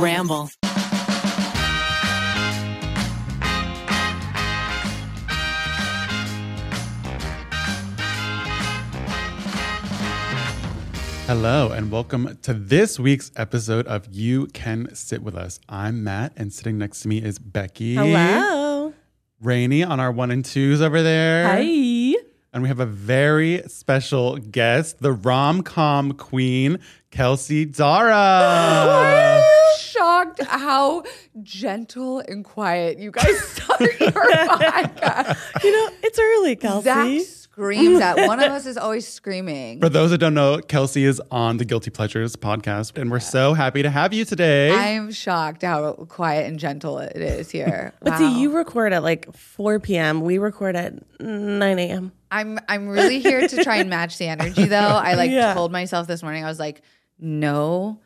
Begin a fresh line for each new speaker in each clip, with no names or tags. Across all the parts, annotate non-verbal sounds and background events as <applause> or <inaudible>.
Ramble.
Hello, and welcome to this week's episode of You Can Sit With Us. I'm Matt, and sitting next to me is Becky.
Hello.
Rainy on our one and twos over there.
Hi.
And we have a very special guest, the rom com queen, Kelsey Zara.
shocked how gentle and quiet you guys <laughs> started your podcast.
<laughs> You know, it's early, Kelsey.
Zach screams at one of us is always screaming.
For those that don't know, Kelsey is on the Guilty Pleasures podcast, and we're so happy to have you today.
I'm shocked how quiet and gentle it is here.
<laughs> But
wow.
see, you record at like 4 p.m. We record at 9 a.m.
I'm I'm really here to try and match the energy though. I like
Yeah.
told myself this morning I was like, no,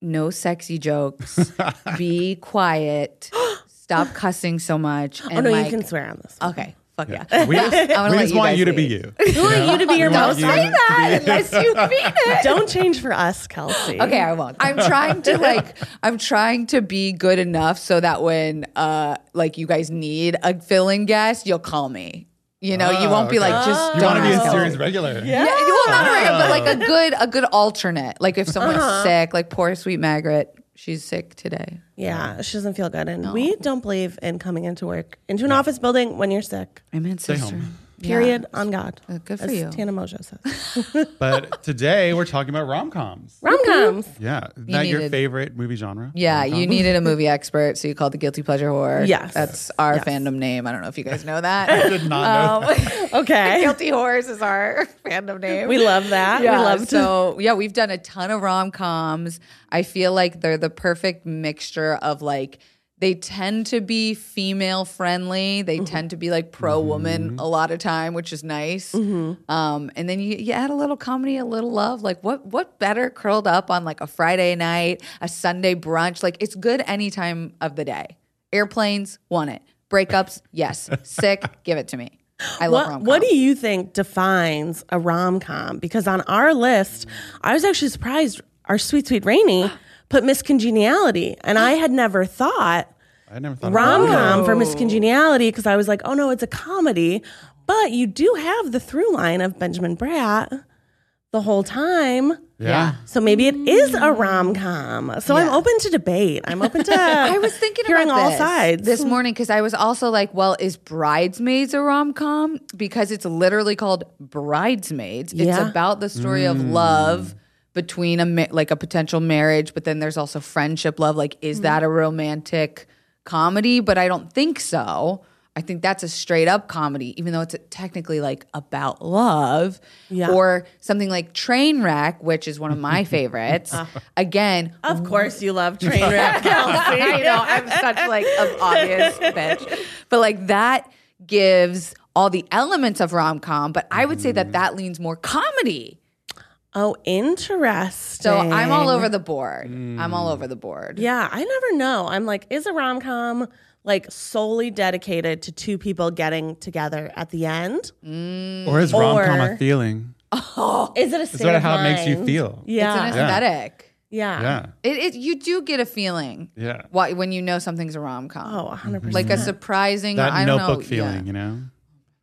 no
<laughs>
sexy jokes. Be quiet. Stop cussing so much.
<gasps>
And
Oh no,
like,
you can swear on this.
Okay. Fuck yeah. <laughs>
we just,
I wanna
we
let
just
you
want
guys
you to be
lead.
you.
We want you to be your
want
most.
you
Say that
<laughs>
unless you mean it.
Don't change for us, Kelsey.
Okay, I won't. I'm trying to like I'm trying to be good enough so that when uh like you guys need a filling guest, you'll call me. You know, you
Oh,
won't be
okay.
like just
You
don't
want to be
ask
a Ah.
us.
series regular.
Yeah, well, not a regular, but like a good a good alternate. Like if someone's
Uh-huh.
sick, like poor sweet Margaret, she's sick today.
Yeah, she doesn't feel good, and we don't believe in coming into work into an office building when you're sick.
I mean, sister.
home.
Period. On God.
Uh, good for
as
you.
Tana Mojo says.
But today we're talking about rom coms.
Rom
<laughs>
coms.
Yeah. Is that your
needed-
favorite movie genre?
Yeah,
Rom-com? <laughs>
you needed a movie expert, so you called the guilty pleasure whore.
Yes.
that's our
Yes.
fandom name. I don't know if you guys know that. Um,
did
Uh,
not know. that.
<laughs> Okay.
guilty whores is our <laughs> fandom name.
We love that.
Yeah,
we love to. <laughs>
so yeah, we've done a ton of rom coms. I feel like they're the perfect mixture of like they tend to be female friendly.
Mm-hmm.
They tend to be like pro woman a lot of time, which is nice.
Mm-hmm.
Um, and then you, you add a little comedy, a little love. Like what what better curled up on like a Friday night, a Sunday brunch? Like it's good any time of the day. Airplanes, want it. Breakups,
<laughs>
yes. Sick, give it to me. I love
What,
rom
what do you think defines a rom com? Because on our list, I was actually surprised our sweet, sweet
<gasps>
Rainy put Miss Congeniality. And I had never thought
I never thought about
rom
that.
com for Miss Congeniality because I was like, oh no, it's a comedy. But you do have the through line of Benjamin Bratt the whole time.
Yeah.
So maybe it is a rom com. So I'm open to debate. I'm open to
<laughs> I was thinking
hearing
about
all
this
sides.
this morning because I was also like, well, is Bridesmaids a rom com? Because it's literally called Bridesmaids.
Yeah.
It's about the story of love between a ma- like a potential marriage, but then there's also friendship love. Like, is that a romantic comedy? But I don't think so. I think that's a straight up comedy, even though it's technically like about love.
Yeah.
Or something like Trainwreck, which is one
<laughs>
of my favorites.
Uh-huh.
Again,
of course, you love
<laughs>
train wreck, <laughs> Kelsey.
I know I'm such like an
<laughs>
obvious bitch, but like that gives all the elements of rom com. But I would say
Mm.
that that leans more comedy.
Oh, interesting.
So I'm all over the board. I'm all over the board.
Yeah, I never know. I'm like, is a rom com like solely dedicated to two people getting together at the end?
Mm.
Or is rom com
Or-
a feeling?
Is it a state
Is that
of
how it makes you
mind?
feel?
Yeah,
It's an aesthetic.
yeah.
Yeah.
It, it you do get a feeling
Yeah.
why, when you know something's a rom com.
Oh, 100
Mm-hmm.
percent.
like a surprising.
That
I don't
notebook
know,
feeling,
yeah.
you know?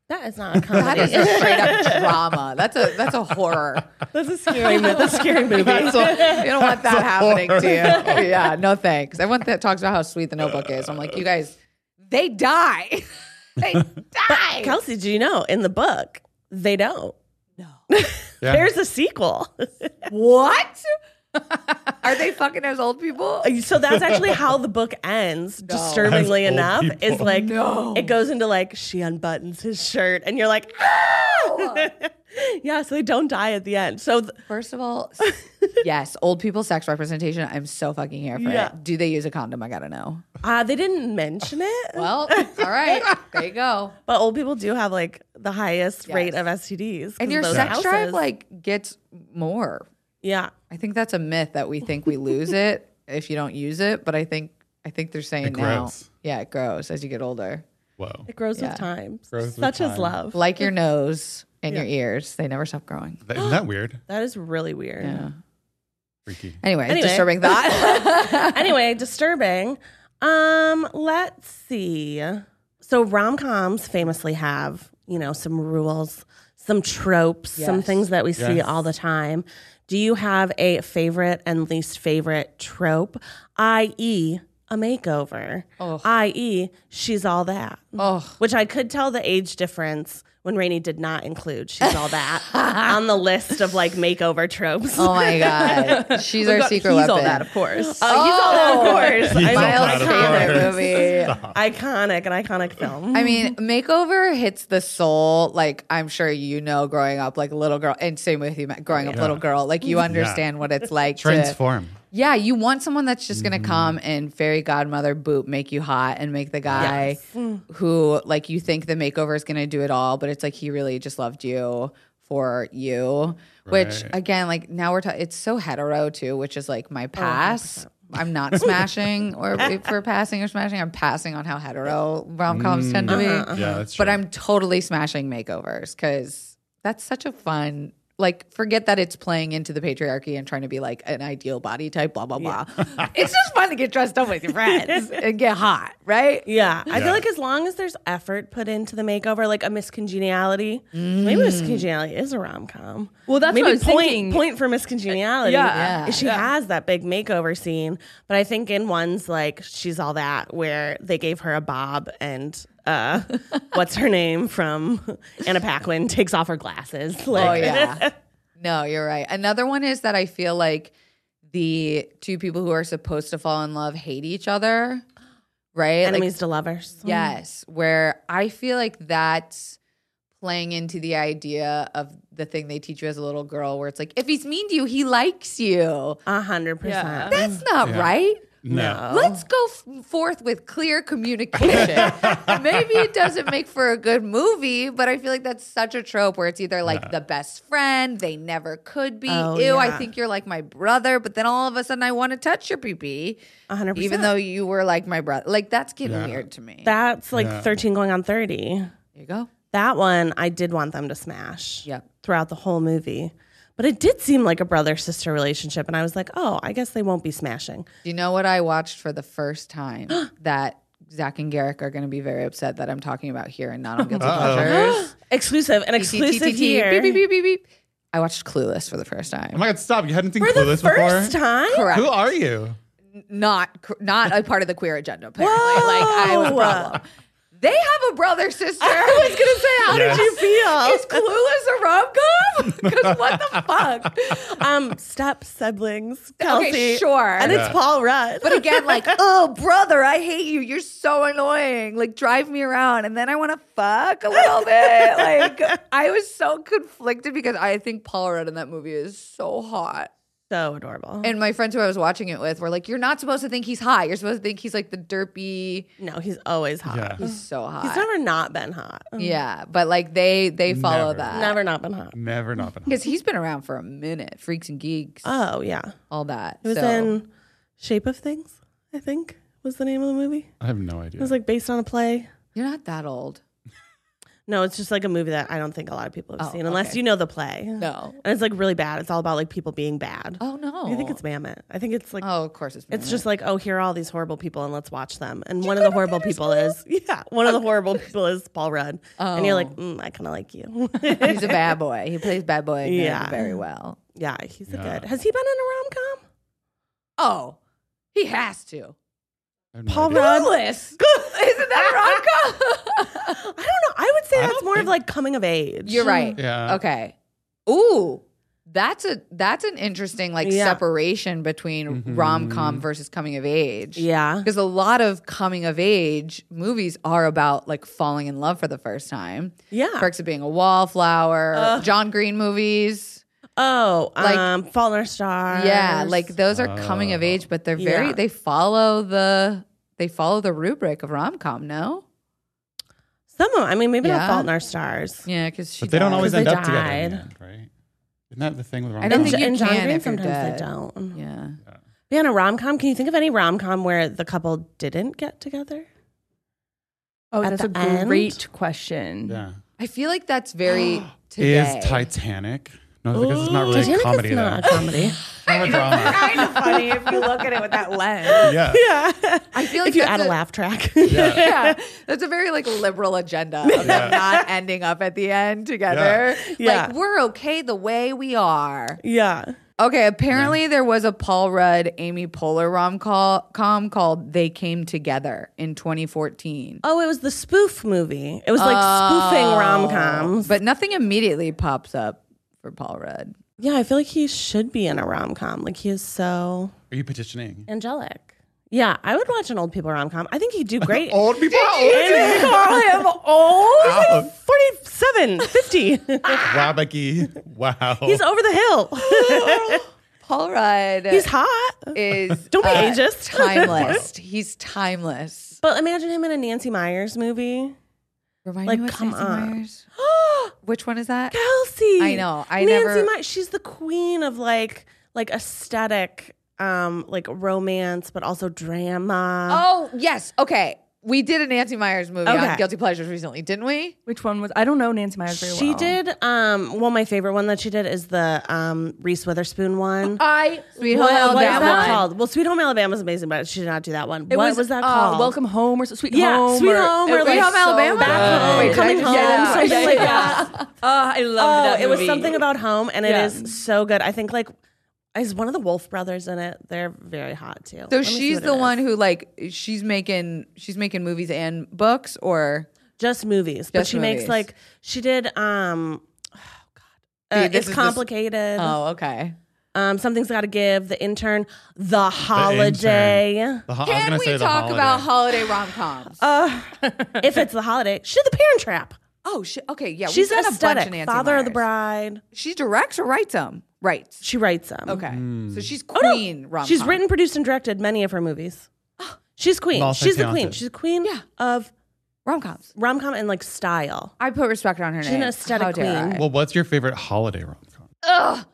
That is not a
That
comedy.
is a straight up drama. That's a that's a horror.
<laughs> That's a scary, mo- that's a
<laughs>
scary movie.
you don't <laughs> want that happening to you. <laughs> Yeah, no thanks. I want that talks about how sweet the notebook is. I'm like, you guys, they die. <laughs> they die.
Kelsey, do you know in the book they don't? <laughs>
Yeah.
There's a sequel.
what? Are they fucking as old people?
so that's
<laughs>
actually how the book ends, disturbingly
As old
enough.
people.
<laughs>
Is like it goes into like she unbuttons his shirt and you're like, ah! Yeah, so they don't die at the end. So th-
First of all, s- yes, old people sex representation. I'm so fucking here for
Yeah.
it. Do they use a condom? I gotta know.
uh, they didn't mention it,
Well, all right, there you go.
but old people do have like the highest
Yes.
rate of STDs. 'cause
And
of
your
those
sex drive
houses.
like gets more.
yeah,
I think that's a myth that we think we
<laughs>
lose it if you don't use it. But I think I think they're saying
It
now,
grows.
yeah, it grows as you get older.
Whoa.
it grows
Yeah.
with time,
Grows with
such as
time.
love.
Like your nose and your ears, they never stop growing.
That, isn't that weird?
that is really weird.
Yeah.
Freaky.
Anyway,
Anyway.
disturbing
<laughs>
thought.
anyway, disturbing. Um, let's see. So rom coms famously have, you know, some rules, some tropes, some
Yes.
things that we see
Yes.
all the time. Do you have a favorite and least favorite trope? I.e. a makeover.
Oh.
I.e. she's all that.
oh,
Which I could tell the age difference when Rainey did not include she's all
<laughs>
that on the list of like makeover tropes.
oh my god, she's our
But
secret
he's
weapon.
all that, of course.
Oh.
Oh, he's all that, of course.
He's
I
all
mean,
that,
Miles'
of
favorite
course.
<laughs> movie.
iconic, an iconic film.
I mean, makeover hits the soul. Like I'm sure you know, growing up, like a little girl, and same with you, Matt, growing up, little girl. Like you understand what it's like. to,
Transform.
Yeah, you want someone that's just
Mm-hmm.
gonna come and fairy godmother boop make you hot and make the guy
Mm.
who like you think the makeover is gonna do it all, but it's like he really just loved you for you. Which
Right. Oh,
again, like now we're talking, it's so hetero too, which is like my pass.
<laughs>
I'm not smashing or if we're passing or smashing. I'm passing on how hetero rom coms tend to be,
Mm. Yeah, that's true.
Uh-huh. but I'm totally smashing makeovers because that's such a fun. Like, forget that it's playing into the patriarchy and trying to be like an ideal body type, blah, blah, blah. it's just fun to get dressed up with your friends and get hot, right?
yeah, I
Yeah.
feel like as long as there's effort put into the makeover, like a miscongeniality,
Mm.
maybe miscongeniality is a rom com.
Well, that's
maybe
what I was
point
thinking.
point for miscongeniality.
Yeah.
Yeah.
she has that big makeover scene, but I think in ones like she's all that where they gave her a bob and uh, what's her name from Anna Paquin takes off her glasses. Like,
Oh, yeah. No, you're right. Another one is that I feel like the two people who are supposed to fall in love hate each other, right? Like,
enemies to lovers.
Yes, where I feel like that's playing into the idea of the thing they teach you as a little girl, where it's like, if he's mean to you, he likes you.
a hundred percent.
That's not right.
no.
Oh.
Let's go f- forth with clear communication.
<laughs>
Maybe it doesn't make for a good movie, but I feel like that's such a trope where it's either like the best friend, they never could be.
Oh,
Ew, I
yeah.
think you're like my brother, but then all of a sudden I want to touch your pee pee,
A hundred percent.
even though you were like my brother. Like that's getting weird to me.
That's like 13 going on 30.
there you go.
That one I did want them to smash
Yep.
throughout the whole movie. But it did seem like a brother sister relationship. And I was like, oh, I guess they won't be smashing.
Do you know what I watched for the
<gasps>
first time that Zach and Garrick are going to be very upset that I'm talking about here and not on
<gasps>
Guilty Pleasures?
Exclusive, an exclusive here.
Beep, beep, beep, beep, beep. I watched Clueless for the first
Oh
time.
my God, stop. You hadn't seen
For the
Clueless
first
before?
time?
Correct.
Who are you?
Not cr- not a part of the queer agenda, apparently. Like, I was a
Whoa.
problem. They have a brother sister.
I was going to say, how
Yes.
did you feel?
Is Clueless a rom com? <laughs> Because what the
<laughs>
fuck?
um, step siblings, Kelsey.
sure.
And it's Paul Rudd.
But again,
<laughs>
like, oh, brother, I hate you. You're so annoying. Like, drive me around. And then I want to fuck a
<laughs>
little bit. Like, I was so conflicted because I think Paul Rudd in that movie is so hot.
so adorable.
And my friends who I was watching it with were like, you're not supposed to think he's hot. You're supposed to think he's like the derpy.
no, he's always hot.
Yeah.
He's so hot.
He's never not been hot.
yeah. But like, they they follow
Never.
that.
Never not been hot.
Never not been.
Because he's been around for a minute. Freaks and geeks,
Oh, yeah.
all that.
It was
so.
in Shape of Things, I think, was the name of the movie.
I have no idea.
It was like based on a play.
you're not that old.
No, it's just like a movie that I don't think a lot of people have
Oh,
seen, unless
okay.
you know the play.
No.
and it's like really bad. It's all about like people being bad.
Oh, no.
I think it's Mammoth. I think it's like
Oh, of course it's
it's
Mammoth.
just like oh, here are all these horrible people, and let's watch them. And one of the horrible people is yeah, one of the horrible people is Paul Rudd, and you're like, mm, I kind of like you.
Oh. <laughs> He's a bad boy. He plays bad boy in
Yeah.
Mandy very well.
<laughs> yeah, he's a
Yeah.
good. Has he been in a rom com?
Oh, he has to.
I have no
Paul
idea.
Rudd. <laughs>
Clueless. Isn't that rom <laughs>
Oh, I don't know. I would say
I
that's
don't
more of
think-
like coming of age.
You're right.
Yeah.
Okay. Ooh. That's a that's an interesting like
Yeah.
separation between rom com versus coming of age.
Yeah.
Because a lot of coming of age movies are about like falling in love for the first time.
Yeah.
Perks of being a wallflower, John Green movies.
Oh,
Like-
um, Fallen Star.
Yeah, like those are coming
Uh-huh.
of age, but they're very
Yeah.
they follow the they follow the rubric of rom com, no?
some of. I mean, maybe
Yeah.
not Fault in Our Stars.
Yeah, because she
But they don't
died.
always
they
end up together, in
died.
the end, right? Isn't that the thing with rom
I don't
And
think
Jo-
you
and John
can
Green
if you're
sometimes
dead.
they don't.
Yeah.
Yeah, in a rom com, can you think of any rom com where the couple didn't get together?
Oh,
At
that's
the
a
end?
great question.
Yeah.
I feel like that's very
<gasps>
today.
Is Titanic? No, because it's not really
Titanic
a comedy.
is not
though. <laughs>
a comedy. <laughs>
It's more of a drama.
kind of funny if you look at it with that lens.
yeah.
yeah.
I feel like
if you
that's
add a,
a-
laugh track.
<laughs> Yeah.
<laughs> yeah, that's a very like liberal agenda of them not ending up at the end together.
Yeah.
Like we're okay the way we are.
<laughs> yeah.
Okay, apparently there was a Paul Rudd, Amy Poehler rom com called "They Came Together" in 2014.
Oh, it was the spoof movie. It was like spoofing rom coms.
But nothing immediately pops up for Paul Rudd.
Yeah, I feel like he should be in a rom com. Like he is so
Are you petitioning?
angelic. Yeah, I would watch an old people rom com. I think he'd do great.
<laughs>
<laughs>
Old people.
And <laughs> call him old? He's
Wow.
like 47, 50.
Wow, Becky. Wow.
<laughs> He's over the hill.
Paul
<laughs>
Rudd
He's hot.
is
<laughs> Don't be ageist.
timeless. He's timeless.
But imagine him in a Nancy Myers movie.
Remind
Like,
me what's
come
Nancy
on. <gasps>
Myers? Which one is that?
Kelsey.
I know. I
Nancy
never-
Myers. She's the queen of like like aesthetic, um, like romance, but also drama.
Oh yes. Okay. We did a Nancy Myers movie on
Okay.
Guilty Pleasures recently, didn't we?
Which one was? I don't know Nancy Myers very
she
well.
did. Um, well, my favorite one that she did is the um, Reese Witherspoon one.
Oh,
I Sweet Home
What- what is
Alabama.
that called? Well, Sweet Home Alabama is amazing, but she did not do that one.
It
what was, that
uh,
called?
Welcome Home or so- Sweet
Yeah,
Home.
Sweet
or-
Home
it
or
was
Sweet
so
Home
bad.
Alabama?
Back home,
Wait, did
coming
I just say
home,
that?
something
Yeah,
like
yeah,
that.
yeah. Uh, I love
Oh,
that
it was
movie.
something about home, and it
Yeah.
is so good. I think like is one of the Wolf brothers in it. They're very hot too.
So
Let me see
she's
what it
the
is.
one who like she's making she's making movies and books or
just movies, but
Just
she
movies.
makes like she did. um Oh
See,
God, uh,
this is
it's
this-
complicated.
oh okay.
Um, something's got to give. The intern, the holiday.
The ho- I was
Can
gonna
we
say the
talk
holiday.
about holiday rom coms?
Uh, if it's the holiday, she's the Parent Trap.
oh shit. Okay. Yeah.
She's
we've done a bunch
aesthetic.
of Nancy
Father of the
Myers.
Bride.
She directs or writes them. Writes.
She writes them.
Okay.
Hmm.
Uh-huh. So she's queen rom.
Oh, She's written, produced, and directed many of her movies. She's queen. She's the queen.
Multi-talented.
She's the queen
Oh. Yeah.
of
rom coms.
rom com and like style.
I put respect on her
She's
name.
an aesthetic
How dare
queen.
I?
Well, what's your favorite holiday rom com?
Ugh.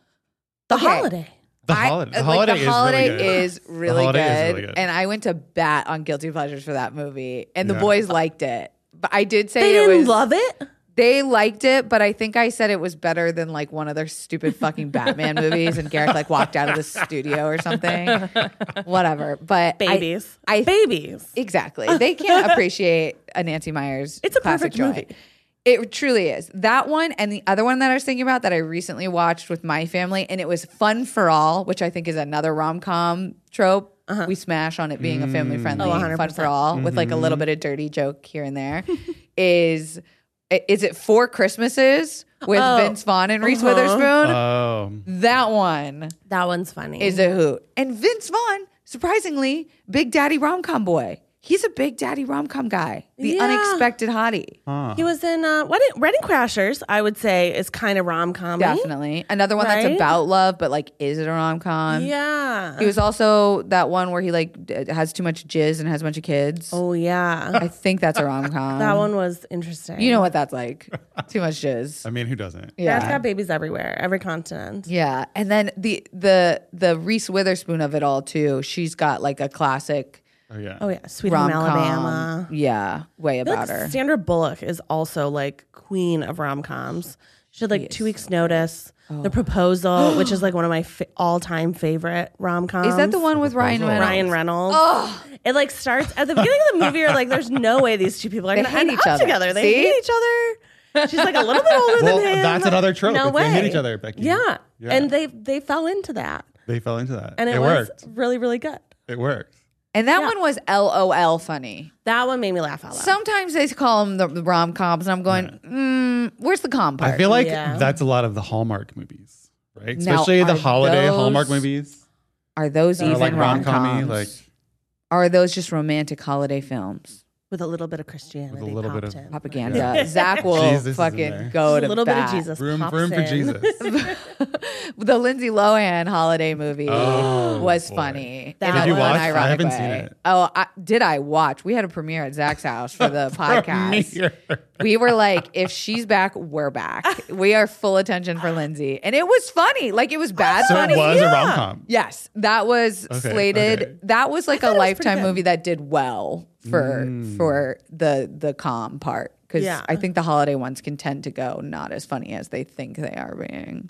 The
Okay.
holiday.
The
I-
holiday.
like,
The holiday,
the holiday
is,
is
really good. The
really
holiday is
good.
really good.
And I went to bat on Guilty Pleasures for that movie, and the
Yeah.
boys liked it. But I did say
They
it
didn't
was,
love it.
They liked it, but I think I said it was better than like one of their stupid fucking Batman movies. And Garrick like walked out of the studio or something.
<laughs>
Whatever. But I-
Babies.
I,
Babies.
exactly.
<laughs>
They can't appreciate a Nancy Myers.
It's a
classic
perfect
joy.
movie.
It truly is. That one and the other one that I was thinking about that I recently watched with my family, and it was Fun for All, which I think is another rom com trope. We smash on it being a family friendly
Uh-huh. Oh,
Fun for
100%.
All with like a little
Mm-hmm.
bit of dirty joke here and there. <laughs> is is it Four Christmases with
Oh,
Vince Vaughn and Reese
uh-huh.
Witherspoon?
Oh,
that one
That one's funny.
is a hoot. And Vince Vaughn, surprisingly, Big Daddy rom com boy. He's a Big Daddy rom com guy, the
Yeah.
unexpected hottie.
He was in uh, Wedding, Wedding Crashers. I would say is kind of rom com.
Definitely. Another one that's
Right?
about love, but like, is it a rom com?
Yeah.
He was also that one where he like d- has too much jizz and has a bunch of kids.
oh yeah.
I think that's a rom
<laughs>
com.
that one was interesting.
You know what that's like. too much
<laughs>
jizz.
I mean, who doesn't?
Dad's got babies everywhere, every continent.
Yeah, and then the the the Reese Witherspoon of it all too. She's got like a classic
Oh yeah.
Oh yeah, Sweet
rom
Home
com.
Alabama.
Yeah, way
I feel like
about her.
Sandra Bullock is also like queen of rom coms. She had like two weeks notice. The Proposal, which
<gasps>
is like one of my fa- all time favorite rom coms.
Oh. Is
Um,
that the one with Ryan Reynolds?
Ryan Reynolds. It like starts at the beginning of the movie. You're like, there's no way these two people are
They
going to
hate
end
each
up
other.
together. They
See?
hate each other. She's like a little bit older
Well,
than him.
that's another trope.
No
If
way.
they hate each other, Becky.
Yeah.
Yeah.
and they they fell into that,
They fell into that,
and it, was
worked.
really really good.
It worked.
And that one was LOL funny.
That one made me laugh out loud.
Sometimes they call them the, the rom coms, and I'm going, mm, where's the com part?
I feel like
Yeah.
that's a lot of the Hallmark movies. right?
Now,
Especially the
are
holiday
those
Hallmark movies.
Are those
Or
Or
even
like
rom
rom-com-y,
coms?
like
are those just romantic holiday films?
with a little bit of Christianity.
With a little bit
popped
of-
in.
Propaganda.
Yeah.
<laughs> Zach will
Jesus is in there.
fucking
Just
go
a
to
little
bat.
bit of Jesus.
room,
pops
room for
in.
<laughs>
<laughs>
Jesus.
the Lindsay Lohan holiday movie
Oh,
was
boy.
funny.
Did
in
you
an
watch? I
unironic
haven't
way.
seen it.
Oh, I, did I watch? We had a premiere at Zach's house
<laughs>
for the podcast.
Premiere.
We were like, if she's back, we're back. We are full attention for Lindsay, and it was funny. Like it was bad
So
funny.
it was a rom com.
Yes, that was
Okay,
slated.
okay.
That was like a
was pretty
lifetime
good.
movie that did well for for the the calm part because
Yeah.
I think the holiday ones can tend to go not as funny as they think they are being.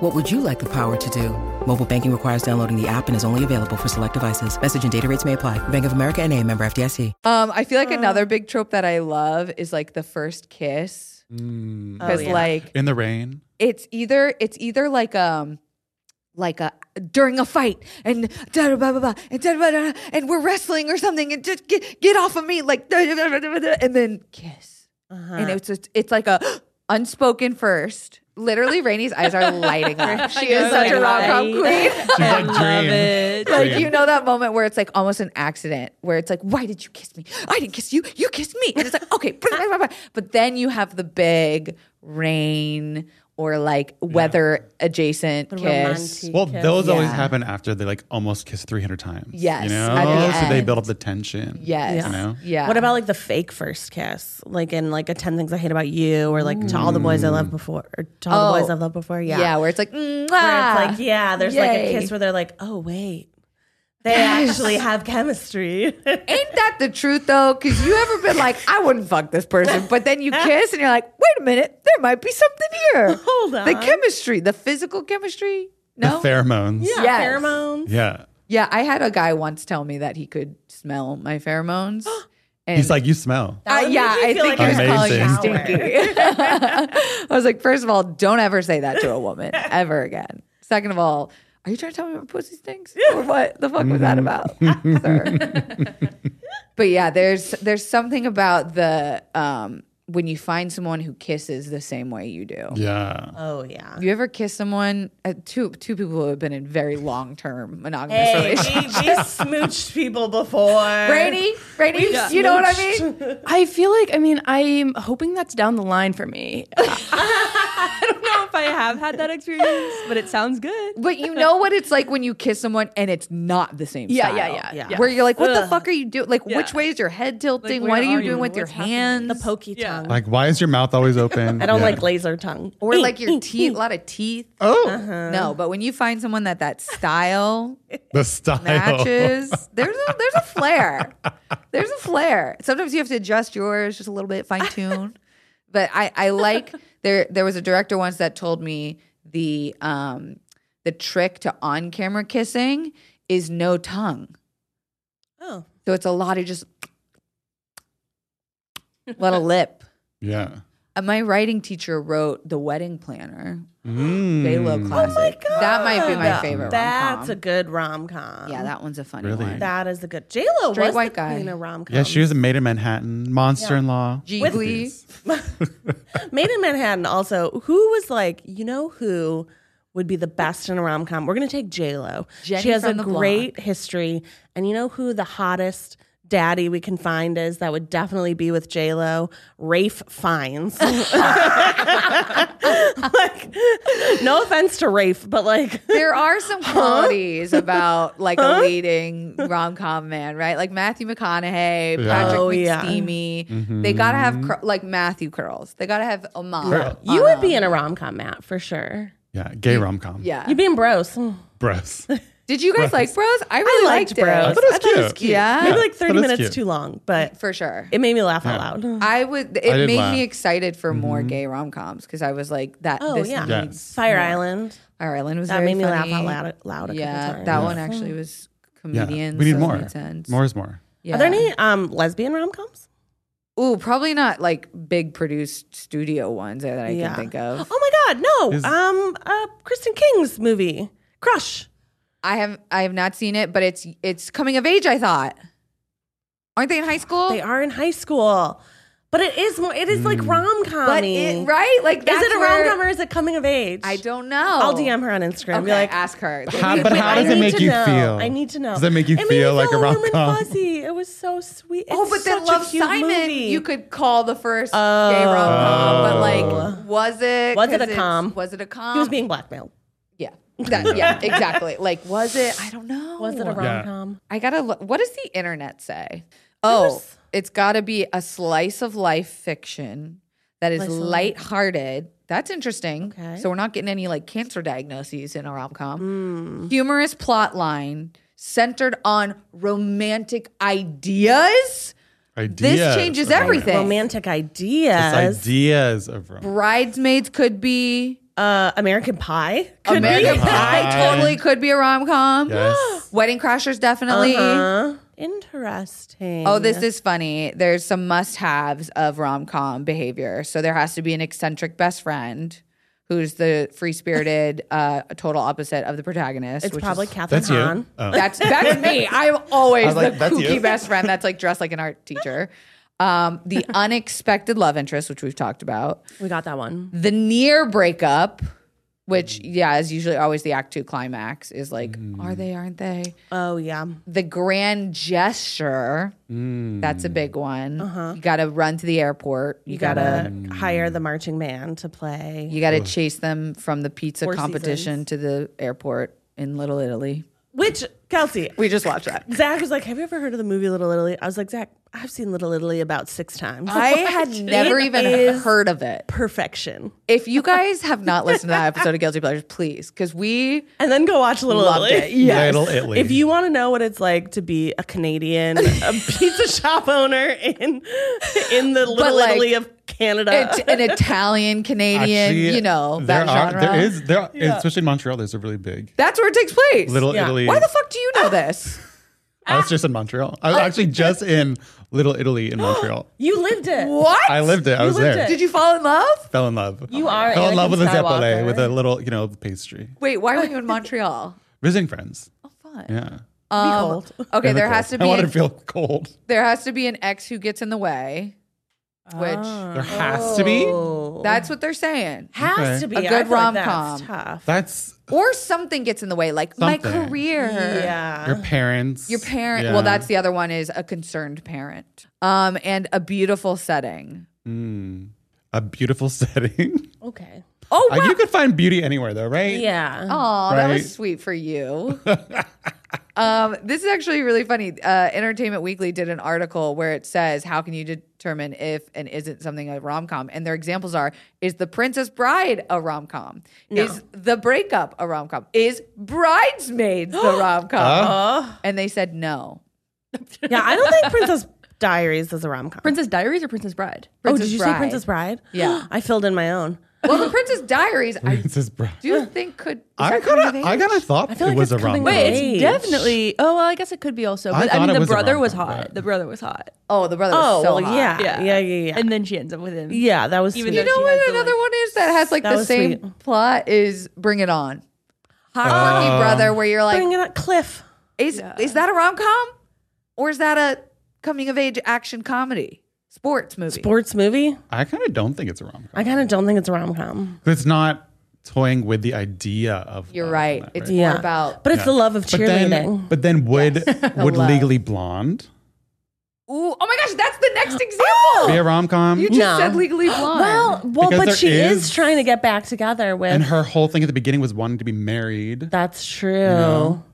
What would you like the power to do? Mobile banking requires downloading the app and is only available for select devices. Message and data rates may apply. Bank of America and a member FDIC.
Um, I feel like another big trope that I love is like the first kiss
Mm.
because
Oh, yeah.
like
In the rain.
it's either it's either like um like a during a fight and da da blah blah blah and da da da da and we're wrestling or something and just get get off of me like da, da, da, da, da, da, and then kiss and it's just, it's like a unspoken first. Literally, Rainey's eyes are lighting up. <laughs> She is such a rom com queen. <laughs>
She's like dream.
Like
Dream.
you know that moment where it's like almost an accident, where it's like, why did you kiss me? I didn't kiss you. You kissed me, and it's like okay, <laughs> blah, blah, blah, blah. but then you have the big rain or like weather adjacent kiss.
romantic.
Well,
kiss.
those always
Yeah.
happen after they like almost kiss 300 times.
Yes,
You know?
at the
so they
end.
build up the tension.
Yes,
You know?
yeah.
What about like the fake first kiss? Like in like a ten things I hate about you, or like to all the boys I
Mm.
loved before, or to all the boys
Oh.
I've loved before. Yeah,
yeah? where it's like, Mwah.
Where it's like yeah, there's like a
Ah, Yay.
kiss where they're like, oh wait, they
Yes.
actually have chemistry. <laughs>
Ain't that the truth though? Because you ever been like, I wouldn't fuck this person,
<laughs>
but then you kiss and you're like, wait a minute, there might be something here.
Hold
The
on.
chemistry, the physical chemistry.
The
No.
pheromones.
yeah,
Yes.
pheromones.
Yeah.
yeah, I had a guy once tell me that he could smell
<gasps>
my pheromones. And
He's like, you smell.
Uh,
would make
yeah,
me
I
feel
think
like
he was calling you
Amazing.
stinky. <laughs> I was like, first of all, don't ever say that to a
<laughs>
woman ever again. Second of all, are you trying to tell me my pussy stinks? Or what the fuck was that about? sir? but yeah, there's there's something about the um when you find someone who kisses the same way you do.
Yeah.
Um,
Oh yeah.
You ever kiss someone? Uh, two two people who have been in very long term monogamous
Hey, we,
relationships.
we smooched people before.
Brady, Brady, you know what I mean?
I feel like I mean I'm hoping that's down the line for me. I don't know if I have had that experience, but it sounds good.
But you know what it's like when you kiss someone and it's not the same
Yeah,
style.
yeah, yeah, Yeah. yeah.
Where you're like, what the
Ugh.
fuck are you doing? Like,
Yeah.
which way is your head tilting?
where
what are
are
you
you?
doing with your
What's happening?
hands?
the pokey
Yeah.
tongue.
Like, why is your mouth
<laughs>
always open?
I don't
Yeah.
like laser tongue.
or like your teeth, a lot of teeth.
Oh,
Uh-huh.
No, but when you find someone that that style
the
<laughs>
style.
matches, there's a there's a flair. There's a flair. Sometimes you have to adjust yours just a little bit, fine
<laughs>
tune. but I I like there there was a director once that told me the um the trick to on camera kissing is no tongue.
Oh.
So it's a lot of
<laughs>
just a lot of lip.
<laughs> Yeah.
Uh, My writing teacher wrote The Wedding Planner. J-Lo
Mm.
classic. That might be my
Yeah.
favorite
Oh That's a
rom-com.
good rom com.
yeah, that one's a funny
Really?
one.
that is a good. J Lo was
Straight
the
white guy.
queen of rom com.
Yeah, she was a maid in Manhattan, monster in law.
Gigli.
Made in Manhattan. Also, who was like, you know who would be the best in a rom com? We're gonna take J Lo. She
Jenny
has a
from the block.
great history, and you know who the hottest daddy we can find is that would definitely <laughs>
<laughs>
be with J Lo. Rafe Fiennes. like no offense to Rafe, but like
<laughs> There are some qualities about like a leading rom com man, right? Like Matthew McConaughey, Patrick
Oh, yeah.
McSteamy.
Mm-hmm.
They gotta have cur- like Matthew curls. They gotta have a mom.
Curl.
on
you would
them.
be in a rom com, Matt, for sure.
Yeah, gay rom com.
Yeah.
You'd be in Bros.
Uh,
Mm.
<laughs>
Bros.
Did you guys like Bros? I really
liked
liked, it.
Bros.
I thought it was
I thought it was
cute.
cute.
Yeah.
Maybe
Yeah,
like
but
30
it's
minutes
cute.
too long, but
For sure.
it made me laugh
Yeah.
out loud.
I would. It
I did
made
laugh. Mm-hmm.
me excited for more gay rom coms because I was like, that.
Oh,
this
yeah.
needs
Yes.
Fire
more.
Island.
Fire Island was
That
very
made me laugh
funny.
out loud, loud a
yeah,
couple times.
that one actually was
Yeah.
comedians.
we need
so it
more.
made sense.
More is more.
Yeah.
Are there any um, lesbian rom coms?
Ooh, probably not like big produced studio ones that I can think of.
Oh my God, no.
Is-
um, uh, Kristen King's movie, Crush.
I have I have not seen it, but it's it's coming of age. I thought. Aren't they in high school?
They are in high school, but it is more. It is like
Hmm.
rom com.
But it, right, like
Is
that's
it a
where-
rom com or is it coming of age?
I don't know.
I'll DM her on Instagram.
Okay,
Be like,
ask her.
How- but
Wait,
how
I
does it
need
make
to
you
know.
feel?
I need to know.
Does that make you
It made me
feel like a
warm and
rom-com?
Fuzzy. It was so sweet.
Oh,
It's
but
such
then
a
Love
cute
Simon,
movie. Oh.
you could call the first gay rom com, but like, was it?
Was it a
'cause it's-
com?
Was it a com?
He was being blackmailed.
yeah,
<laughs>
That- yeah, exactly. Like, was it? I don't know.
Oh.
Was it a rom com?
I gotta. look. What does the internet say? Oh, it's got to be a slice of life fiction that is lighthearted. That's interesting. Okay. So we're not getting any like cancer diagnoses in a rom
Hmm.
com. Humorous plot line centered on romantic ideas.
Ideas.
changes
of romance.
everything.
Romantic
It's
ideas.
ideas
<gasps>
of romance.
Bridesmaids could be
Uh, American Pie. Could
American
be.
Pie.
Pie.
Totally could be a rom com.
Yes.
Wedding Crashers definitely.
Uh-huh. Interesting.
Oh, this is funny. There's some must haves of rom com behavior. So there has to be an eccentric best friend who's the free spirited, uh, total opposite of the protagonist.
It's
which
probably
is-
Catherine
That's
Hahn.
you. Oh.
That's, that's me. <laughs> I'm always
was like,
the
"That's
kooky
you."
best friend that's like dressed like an art teacher. Um, the unexpected love interest, which we've talked about.
We got that one.
the near breakup which yeah is usually always the act two climax is like are they aren't they
Oh yeah.
the grand gesture
Mm.
that's a big one you gotta run to the airport
Uh-huh.
you,
You
gotta,
gotta hire the marching band to play.
you gotta chase them from the pizza
Four
competition to the airport in little italy
Which Kelsey,
we just watched
<laughs>
that
Zach was like, "Have you ever heard of the movie Little Italy?" I was like, "Zach, I've seen Little Italy about six times." <laughs>
i had never
It
even
is
heard of it
perfection.
if you guys have not listened to that episode of guilty pleasures please because we
And then go watch Little
Loved
Italy.
it.
Yes. Little Italy.
If you want to know what it's like to be a Canadian,
<laughs>
a pizza shop owner in in the Little
like,
Italy of Canada,
it's an italian canadian
Actually,
you know
there
that
are,
genre
There is there, are- especially in Montreal. There's a really big
that's where it takes place
Little
Yeah.
Italy.
Why the fuck do you know this?
I
Ah.
was just in Montreal. I was
Oh.
actually just in Little Italy
<gasps>
in Montreal.
you lived it.
What?
I lived it. I was
lived
there.
it.
Did you fall in love?
Fell in love.
You are
fell in
Anakin
love with a zeppole
Skywalker.
with a little, you know, pastry.
Wait, why were you in Montreal?
Visiting friends.
Oh, fun.
Yeah.
Um, okay,
Really
there
cold.
has to
I
be
want to
an,
feel cold.
there has to be an ex who gets in the way, which
There has to be.
that's what they're saying.
Has
Okay.
to be
A
I
good
feel like that's
rom-com.
tough.
That's
Or something gets in the way, like my
Something.
career.
Yeah.
your parents.
Ah. Your parent.
Yeah.
Well, that's the other one is a concerned parent. Um, and a beautiful setting.
a beautiful <laughs> setting.
Okay.
Oh
Uh, you could find beauty anywhere, though, right?
Yeah.
Oh, that
Right.
was sweet for
<laughs>
you. um, this is actually really funny. Uh, Entertainment Weekly did an article where it says, "How can you determine if and isn't something a rom com?" And their examples are: Is the Princess Bride a rom com? Is the breakup a rom com? Is
<gasps>
Bridesmaids the rom com?
Uh-huh.
And they said no.
Yeah, I don't think Princess Diaries is a rom com.
<laughs> Princess Diaries or Princess Bride?
oh,
Princess
did you
Bride.
see Princess Bride?
Yeah.
<gasps> I filled in my own.
Well, the Princess
<laughs>
Diaries, <laughs> I
Princess Bride.
do you think could. is
I
that coming
kind
of
of, I
age?
kind of thought
feel
it
like
was a
it's coming
rom
of
Wait,
Age.
it's definitely. Oh, well, I guess it could be also.
I
But I,
thought
mean,
it
the
was a
brother was
rom-com,
hot.
but-
The brother was hot.
Oh, the brother.
Oh,
was so
well,
hot.
yeah. Yeah, yeah, yeah.
And then she ends up with him.
yeah, that was
Even
sweet.
You know
she
what
has the,
another
like-
one is that has like
That
the
was
same
sweet.
plot is Bring It On. Hot
Oh.
Quirky Brother, where you're
Bring
like,
it up, Cliff.
is is that a rom com? Or is that a coming of age action comedy? Sports movie.
Sports movie?
I kind of don't think it's a rom com.
I kind of don't think it's a rom com.
It's not toying with the idea of.
You're
love
right.
in that,
It's
right?
more
Yeah.
about
But it's the love of
But then,
cheerleading.
but then would would
love.
legally blonde
Ooh, oh my gosh, that's the
<gasps>
next example.
Be a rom com.
You just
No.
said Legally Blonde.
Oh! <gasps> Well,
Because
well,
there
but she is,
is-
trying to get back together with.
And her whole thing at the beginning was wanting to be married.
that's true.
know?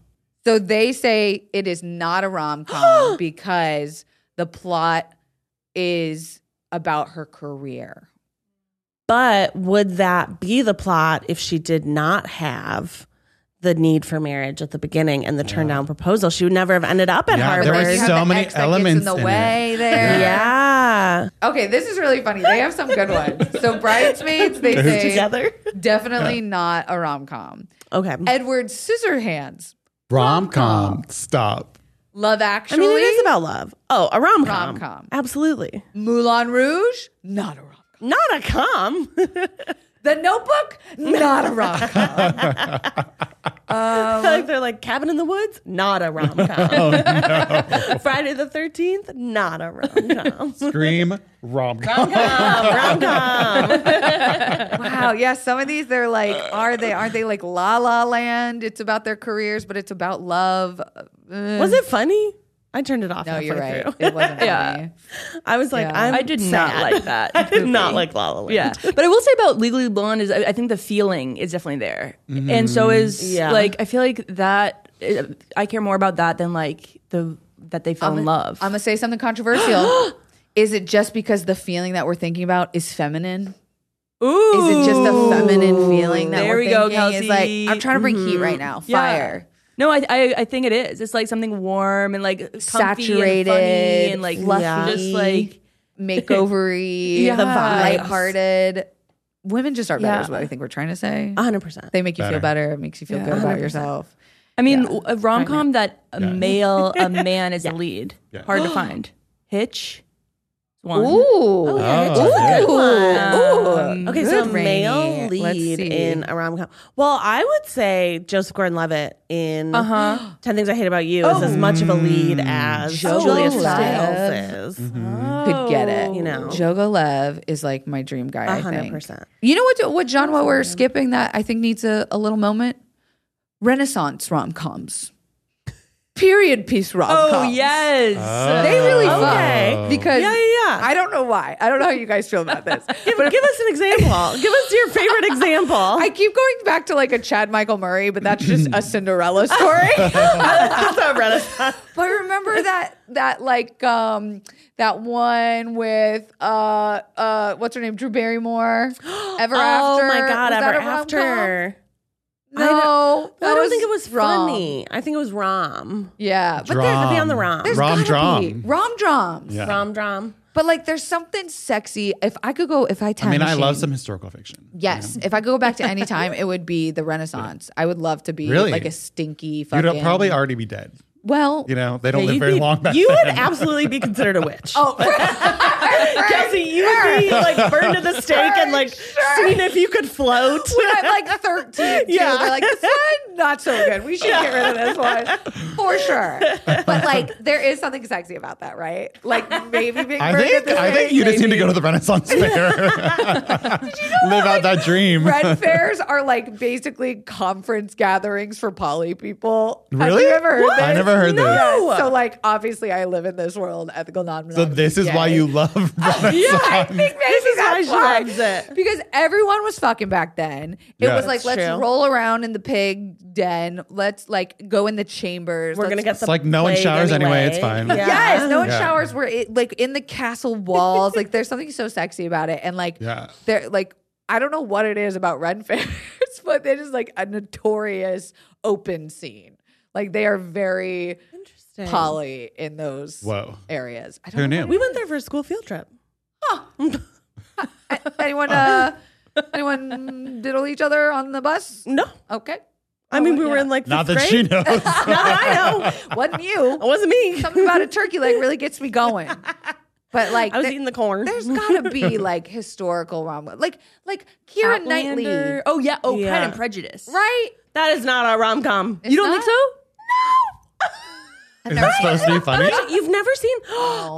so they say it is not a
<gasps>
rom com because the plot is about her career.
But would that be the plot if she did not have the need for marriage at the beginning and the turn down proposal? She would never have ended up at
Yeah, there
Harvard.
But then
were
you have
so
the
many
ex that gets
elements
in the
in it.
way there.
yeah.
Okay, this is really funny. They have some good ones. So bridesmaids, they say
Together.
definitely not a rom com.
Okay.
Edward Scissorhands,
Rom com. Stop.
Love
I
Actually,
mean, it is about love. Oh, a rom com.
Rom-com.
Absolutely.
Moulin Rouge, not a rom. com
Not a com. <laughs>
The Notebook, not a rom
<laughs>
com. Oh,
like they're like Cabin in the Woods. Not a rom
<laughs>
com.
Oh,
<laughs> Friday the 13th. Not a
<laughs>
rom com.
Scream rom com.
rom com.
wow, yeah. Some of these they're like, are they? Aren't they like La La Land? It's about their careers, but it's about love. Uh,
Was it funny? I turned it off.
No, you're
halfway
right.
through. <laughs>
It wasn't.
Yeah.
funny.
I was like,
Yeah.
I'm
I did
sad.
not like that.
<laughs>
<laughs>
I did not
movie.
like La La Land.
Yeah, <laughs> but I will say about Legally Blonde is I, I think the feeling is definitely there, and so is
Yeah.
like I feel like that uh, I care more about that than like the that they fell in love.
I'm gonna say
<gasps>
something controversial. is it just because the feeling that we're thinking about is feminine?
Ooh,
Is it just a feminine feeling that
there
we're
we go,
thinking? Is like
Kelsey. Mm-hmm.
I'm trying to bring heat right now.
Yeah.
Fire.
No, I, I I think it is. It's like something warm and like comfy
Saturated,
and, funny and like
fluffy.
just like
makeovery,
<laughs> Yeah. The vibes.
lighthearted. Women just are better, is
Yeah.
what I think we're trying to say.
100%.
They make you feel
Better.
better. It makes you feel good about yourself.
I mean a rom com that a male <laughs> a man is the lead. Hard to find. Hitch. One.
Oh,
Oh,
Ooh.
Ooh. Okay, so
Um, good,
male
Rainey. Let's
lead
see.
in a rom com. Well, I would say Joseph Gordon Levitt in <gasps>
Uh-huh.
10 Things I Hate About You is as much of a
Mm.
lead as
Oh. Joe
Julia
Love.
Stiles is.
Mm-hmm.
Mm-hmm.
Could get it.
You know.
Jogo Lev is like my dream guy. I think.
100%.
You know what? What genre we're skipping that I think needs a, a little moment? Renaissance rom coms, period piece rom coms.
Oh yes.
Uh.
They really
Okay.
fuck because
Yeah, yeah, yeah.
I don't know why. I don't know how you guys feel about <laughs> this.
Give, give us an
<laughs>
example. give us your favorite example.
I keep going back to like a Chad Michael Murray, but that's just
<laughs>
a Cinderella story.
That's a renaissance.
but remember that that like um that one with uh uh what's her name Drew <gasps> Barrymore Ever After.
<laughs> Oh my God,
Was that
Ever
a rom-com?
After.
No, that
I don't think it was
wrong.
funny. I think it was Rom.
Yeah, but
It
there's
would be on the Rom.
there's
Rom
gotta be
drom.
rom drums.
Yeah.
Rom Drom.
But like there's something sexy. If I could go, if I time
I mean, I
machine-
love some historical fiction.
Yes, if I could go back
<laughs>
to any time, it would be the Renaissance. I would love to be
Really?
like a stinky
You'd
fucking.
probably already be dead.
well. <laughs>
You know, they don't
Yeah,
live
you'd
very
be-
long back
You
then.
would absolutely be considered a witch. Oh,
oh.
<laughs>
Kelsey, you would be like burned at
<laughs>
the stake and like seen if you could float.
When I'm like 13, too,
Yeah.
they're like, this one, not so good. We should get rid of this one for sure. But like, there is something sexy about that, right? Like, maybe being
I
burned at
think
the
I think
stake,
you just need to
maybe.
go to the Renaissance Fair. <laughs> Live out that dream. <laughs>
Red fairs are like basically conference gatherings for poly people. Have
Really?
you ever heard
What?
this?
I never heard this.
Yes. So like obviously I live in this world ethical non
So this is why you love Renaissance.
Yeah, I think maybe this
why
is that's
she
why.
loves it.
Because everyone was fucking back then. It
Yeah.
was like,
That's
let's
true.
roll around in the pig den. Let's like go in the
<laughs>
chambers.
We're gonna
Let's-
get the.
It's like no one
plague
showers anyway, it's fine.
<laughs> Yeah.
Yes, no one
Yeah.
showers were it, like in the castle walls. like there's something so sexy about it, and like
Yeah.
they're like I don't know what it is about Ren <laughs> fairs, but it is like a notorious open scene. Like they are very poly in those
Whoa.
areas. I don't
Who
know
knew?
We went there for a school field trip.
<laughs> anyone uh anyone diddle each other on the bus?
No,
<laughs>
Okay. <laughs>
I
Oh,
mean we were in like
Not
fifth
that
grade.
she knows.
Not that I know.
Wasn't you.
It <laughs> wasn't me.
Something about a turkey leg really gets
<laughs>
me going. But like
I was
there-
eating the corn.
There's gotta be like historical rom like like Kira Knightley,
Outlander. Oh yeah. Oh,
Yeah.
Pride and Prejudice.
right?
that is not a rom com.
It's
You don't think
not-
so?
I've
Is
never
that supposed to be funny?
<gasps> You've never seen?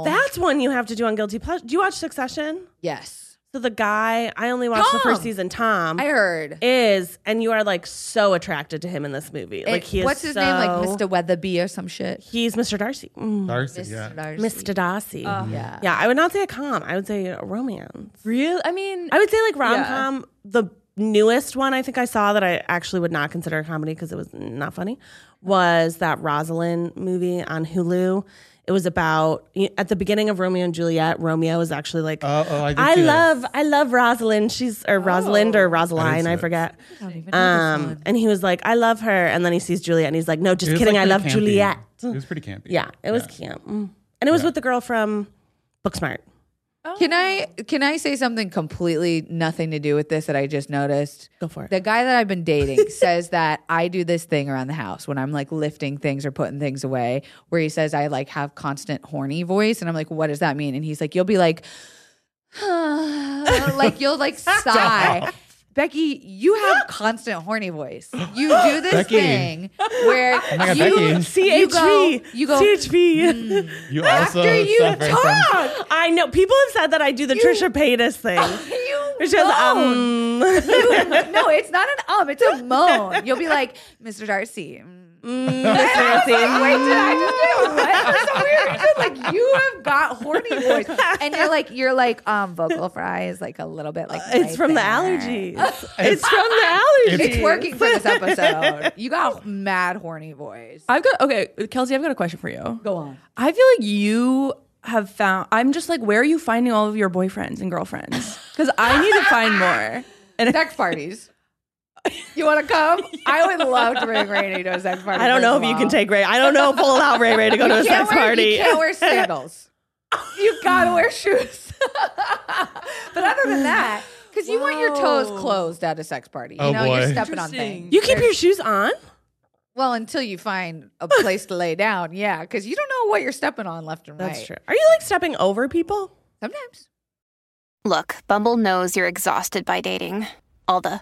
That's one you have to do on Guilty Pleasure. Do you watch Succession?
Yes.
So the guy I only watched the first
Tom.
season, Tom,
I heard.
is and you are like so attracted to him in this movie. like
It-
he is
what's his name? Like
so-
Mr. Weatherby or some shit.
He's Mr. Darcy. Mm.
Darcy, yeah.
Darcy.
Mr. Darcy.
Mm-hmm.
Yeah.
yeah, I would not say a com. I would say a romance.
Real? I mean,
I would say like rom com. The newest one I think I saw that I actually would not consider a comedy because it was not funny was that Rosalind movie on Hulu. It was about at the beginning of Romeo and Juliet. Romeo is actually like,
Oh, oh, I did
I
see this.
love, I love Rosalind. She's or Rosalind or Rosaline, I,
see it.
forget.
even
Um, and he was like, I love her, and then he sees Juliet, and he's like, No, just
It was,
kidding,
like,
I
pretty
love
campy. <laughs>
Juliet.
It was pretty campy.
Yeah, it was camp, Mm. and it was with the girl from Booksmart.
Can I can I say something completely nothing to do with this that I just noticed?
Go for it.
The guy that I've
<laughs>
been dating says that I do this thing around the house when I'm like lifting things or putting things away, where he says I like have constant horny voice, and I'm like, what does that mean? And he's like, you'll be like, <sighs> like you'll like sigh. Becky, you
<laughs>
have constant horny voice. You
<gasps>
do this
Becky.
thing where
Oh
my God,
<laughs>
you,
Becky.
you go,
CHV.
you go Mm.
CHV.
You also
after you
suffer from
Fuck! I know. People have said that I do the Trisha Paytas thing.
Oh. You
It's just,
moan.
um,
<laughs> no, it's not an um, it's a moan. You'll be like, Mr. Darcy. mm." <laughs> Wait, did I just
Mm. <laughs>
do what? For some weird reason, like you have got horny voice, and you're like, you're like, um, vocal fry is like a little bit like
Uh, it's
right
from the
there. <laughs>
allergies. It's from the allergies.
It's working for this
<laughs>
episode. You got mad horny voice.
I've got okay, Kelsey. I've got a question for you.
Go on.
I feel like you have found. I'm just like, where are you finding all of your boyfriends and girlfriends? Because I need to find more. And
Sex parties. You want to come? I would love to bring Rainy to a sex party.
I don't
first
know
of
if you can
all.
take Ray. I don't know if we'll allow Ray Ray to go to a
can't
sex
wear- You
party.
can't wear sandals. you gotta wear shoes. <laughs> but other than that, because you want your toes closed at a sex party, you
Oh,
know, you're
boy.
stepping on things.
You <laughs> keep your shoes on?
well, until you find a place to lay down, yeah, because you don't know what you're stepping on left and right.
That's true. Are you like stepping over people?
Sometimes.
Look, Bumble knows you're exhausted by dating. All the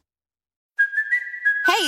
Hey,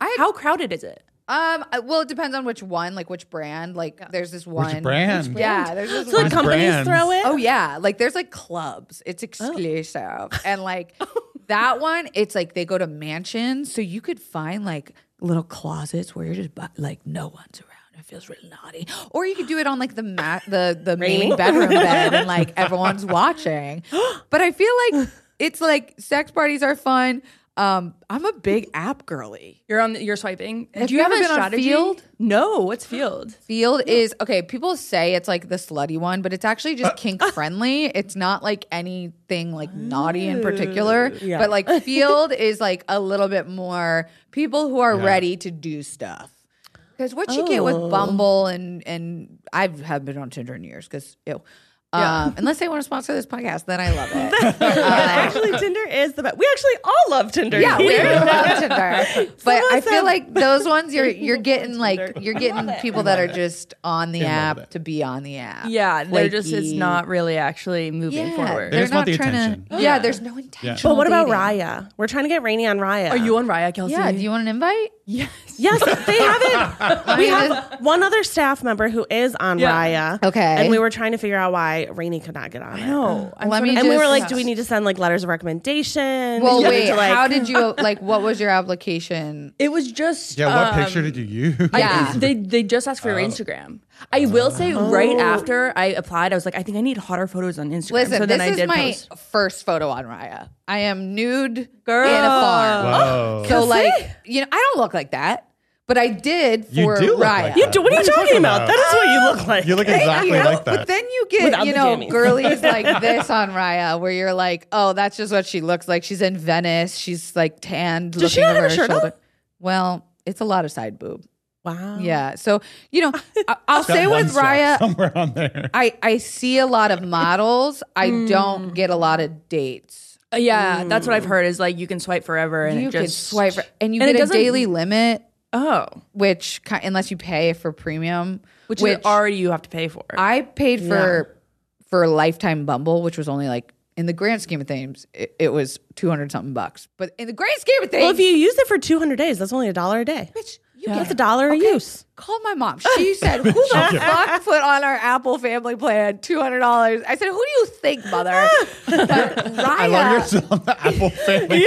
how crowded is it?
Um. I- Well, it depends on which one, like which brand. Like, there's this one
brand? Which
Yeah, there's this
So
one.
like companies
brands.
throw it?
Oh yeah, like there's like clubs. It's exclusive, and like that one, it's like they go to mansions, so you could find like little closets where you're just bu- like no one's around. It feels really naughty. Or you could do it on like the ma- the the main bedroom bed, and like everyone's watching. But I feel like it's like sex parties are fun. Um, I'm a big app girly.
You're on. The, you're swiping.
Have
Do you,
you
have
ever
a
been on
strategy?
Field? Mm.
No. What's field?
Field is okay. People say it's like the slutty one, but it's actually just kink friendly. It's not like anything like naughty in particular. But like Field is like a little bit more people who are ready to do stuff. Because what you get with Bumble and and I have been on Tinder in years because ew. Um, unless they want to sponsor this podcast, then I love it. uh,
actually, Tinder is the best. We actually all love Tinder.
Yeah, we
here. <laughs>
<laughs>
love Tinder, but I feel
said-
like those ones you're you're getting like you're getting people that are just on the
love
app
it.
to be on the app.
Yeah, they're just it's
Flaky.
not really actually moving
Yeah,
forward.
They
They're
just want
not
the
trying
attention.
to. Yeah, there's no intention.
But what about Raya? We're trying to get Rainy on Raya.
Are you on Raya, Kelsey?
Yeah, do you want an invite?
Yes, they
<laughs>
haven't. we
I mean,
have one other staff member who is on
Yeah.
Raya.
Okay.
And we were trying to figure out why Rainey could not get on it.
No. Oh, I'm
Let
sort
me
of-
And we were
Just-
like, do we need to send like letters of recommendation?
<laughs> Well,
Do <laughs> we need
wait.
to, like-
how did you like? What was your
<laughs>
application?
It was just.
Yeah, what
um,
picture did you use?
Yeah.
They they just asked for
Oh.
your Instagram. I will say
Oh.
right after I applied, I was like, I think I need hotter photos on Instagram.
Listen,
so then
this
I
is
did
my
post.
first photo on Raya. I am nude girl in a farm.
Whoa.
So like, you know, I don't look like that. But I did
You
for
do look
Raya.
like that.
Dude, what are you talking about? That is what you look like.
<laughs>
You look
Thank
exactly
you.
like
But
that.
then you get,
Without
you
the
know,
jammies. <laughs>
girlies like this on Raya, where you're like, oh, that's just what she looks like. She's in Venice. She's like tanned.
Does she
looking
not
over
have a
her
shirt on?
shoulder. Well, it's a lot of side boob.
wow.
Yeah. So, you know, I-
<laughs>
I'll
Got
say
one
with
strap
Raya,
somewhere on there.
I, I see a lot of models. I
Hmm.
don't get a lot of dates.
Uh, yeah, that's what I've heard is like you can swipe forever and
you
it
can
just
swipe and you
and it
get a
doesn't-
daily limit,
Oh,
which ki- unless you pay for premium,
which, is already you have to pay for.
I paid for for lifetime Bumble, which was only like in the grand scheme of things, it, it was two hundred something bucks. But in the grand scheme of things,
Well, if you use it for 200 days, that's only a dollar a day. Bitch, you that's a dollar a use.
Call my mom. <laughs> She said, "Who the fuck put on our Apple Family plan two hundred dollars?" I said, "Who do you think, <laughs> mother?" But
I love
Raya,
you're still on the Apple family.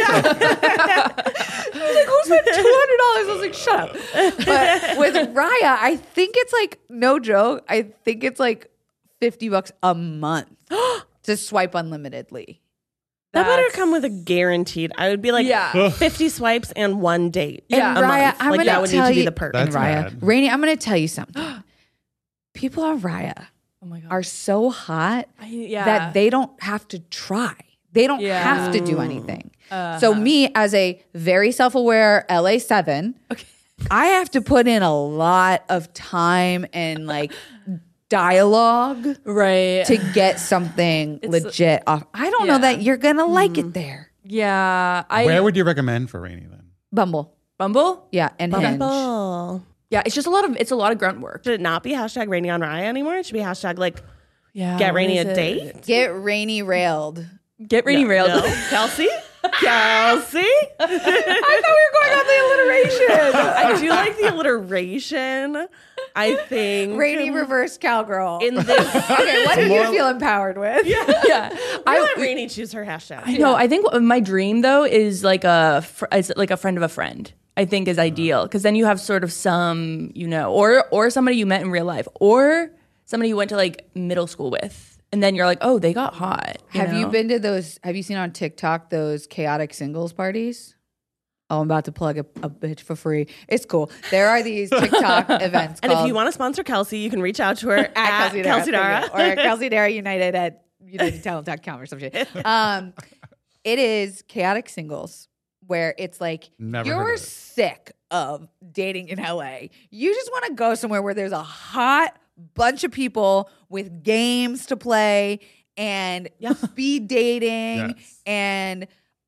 She's like, "Who spent two hundred dollars?" I was like, "Shut up." But with <laughs> Raya, I think it's like no joke. I think it's like fifty bucks a <gasps> month to swipe unlimitedly.
That better
That's-
come with a guaranteed. I would be like
Yeah.
50 swipes and one date.
Yeah.
a
And Raya,
month.
I'm
like
gonna
that would need
tell
to be
you-
the perk.
That's
and Raya.
mad.
Rainy, I'm going to tell you something. <gasps> People on Raya
oh my god.
are so hot
I- yeah.
that they don't have to try. They don't
Yeah.
have to do anything.
Uh-huh.
So me as a very self-aware LA7, I have to put in a lot of time
<laughs>
and like dialogue
right.
to get something legit off. I don't know that you're going to like
Mm-hmm.
it there.
yeah, I
Where would you recommend for Rainy then?
Bumble.
Bumble.
Yeah, and Hinge.
Oh.
Yeah, it's just a lot of it's a lot of grunt work.
Should it not be hashtag rainy on Raya anymore? It should be hashtag like
Yeah,
get
what
rainy
Oh, is
a
it?
date.
Get rainy railed.
Get rainy railed. <laughs>
No. Kelsey? Kelsey?
I thought we were going on the alliteration.
<laughs> I do like the alliteration. I think
Rainy reverse cowgirl.
in this
okay, what do you feel empowered with?
yeah,
I let Rainy choose her hashtag.
I know. I think my dream though is like a fr- is like a friend of a friend. I think is ideal because then you have sort of some you know or or somebody you met in real life or somebody you went to like middle school with and then you're like oh they got hot.
Have you
know?
been to those? Have you seen on TikTok those chaotic singles parties? Oh, I'm about to plug a, a bitch for free. It's cool. There are
<laughs>
these TikTok events.
And if
called-
you want to sponsor Kelsey, you can reach out to her at,
at
Kelsey,
Dara,
Dara.
thank you. or Kelsey Dara United at unitedtalent.com or some shit. Um, it is chaotic singles where it's like
Never heard
you're
of it.
sick of dating in LA. You just want to go somewhere where there's a hot bunch of people with games to play and speed dating
Yes.
and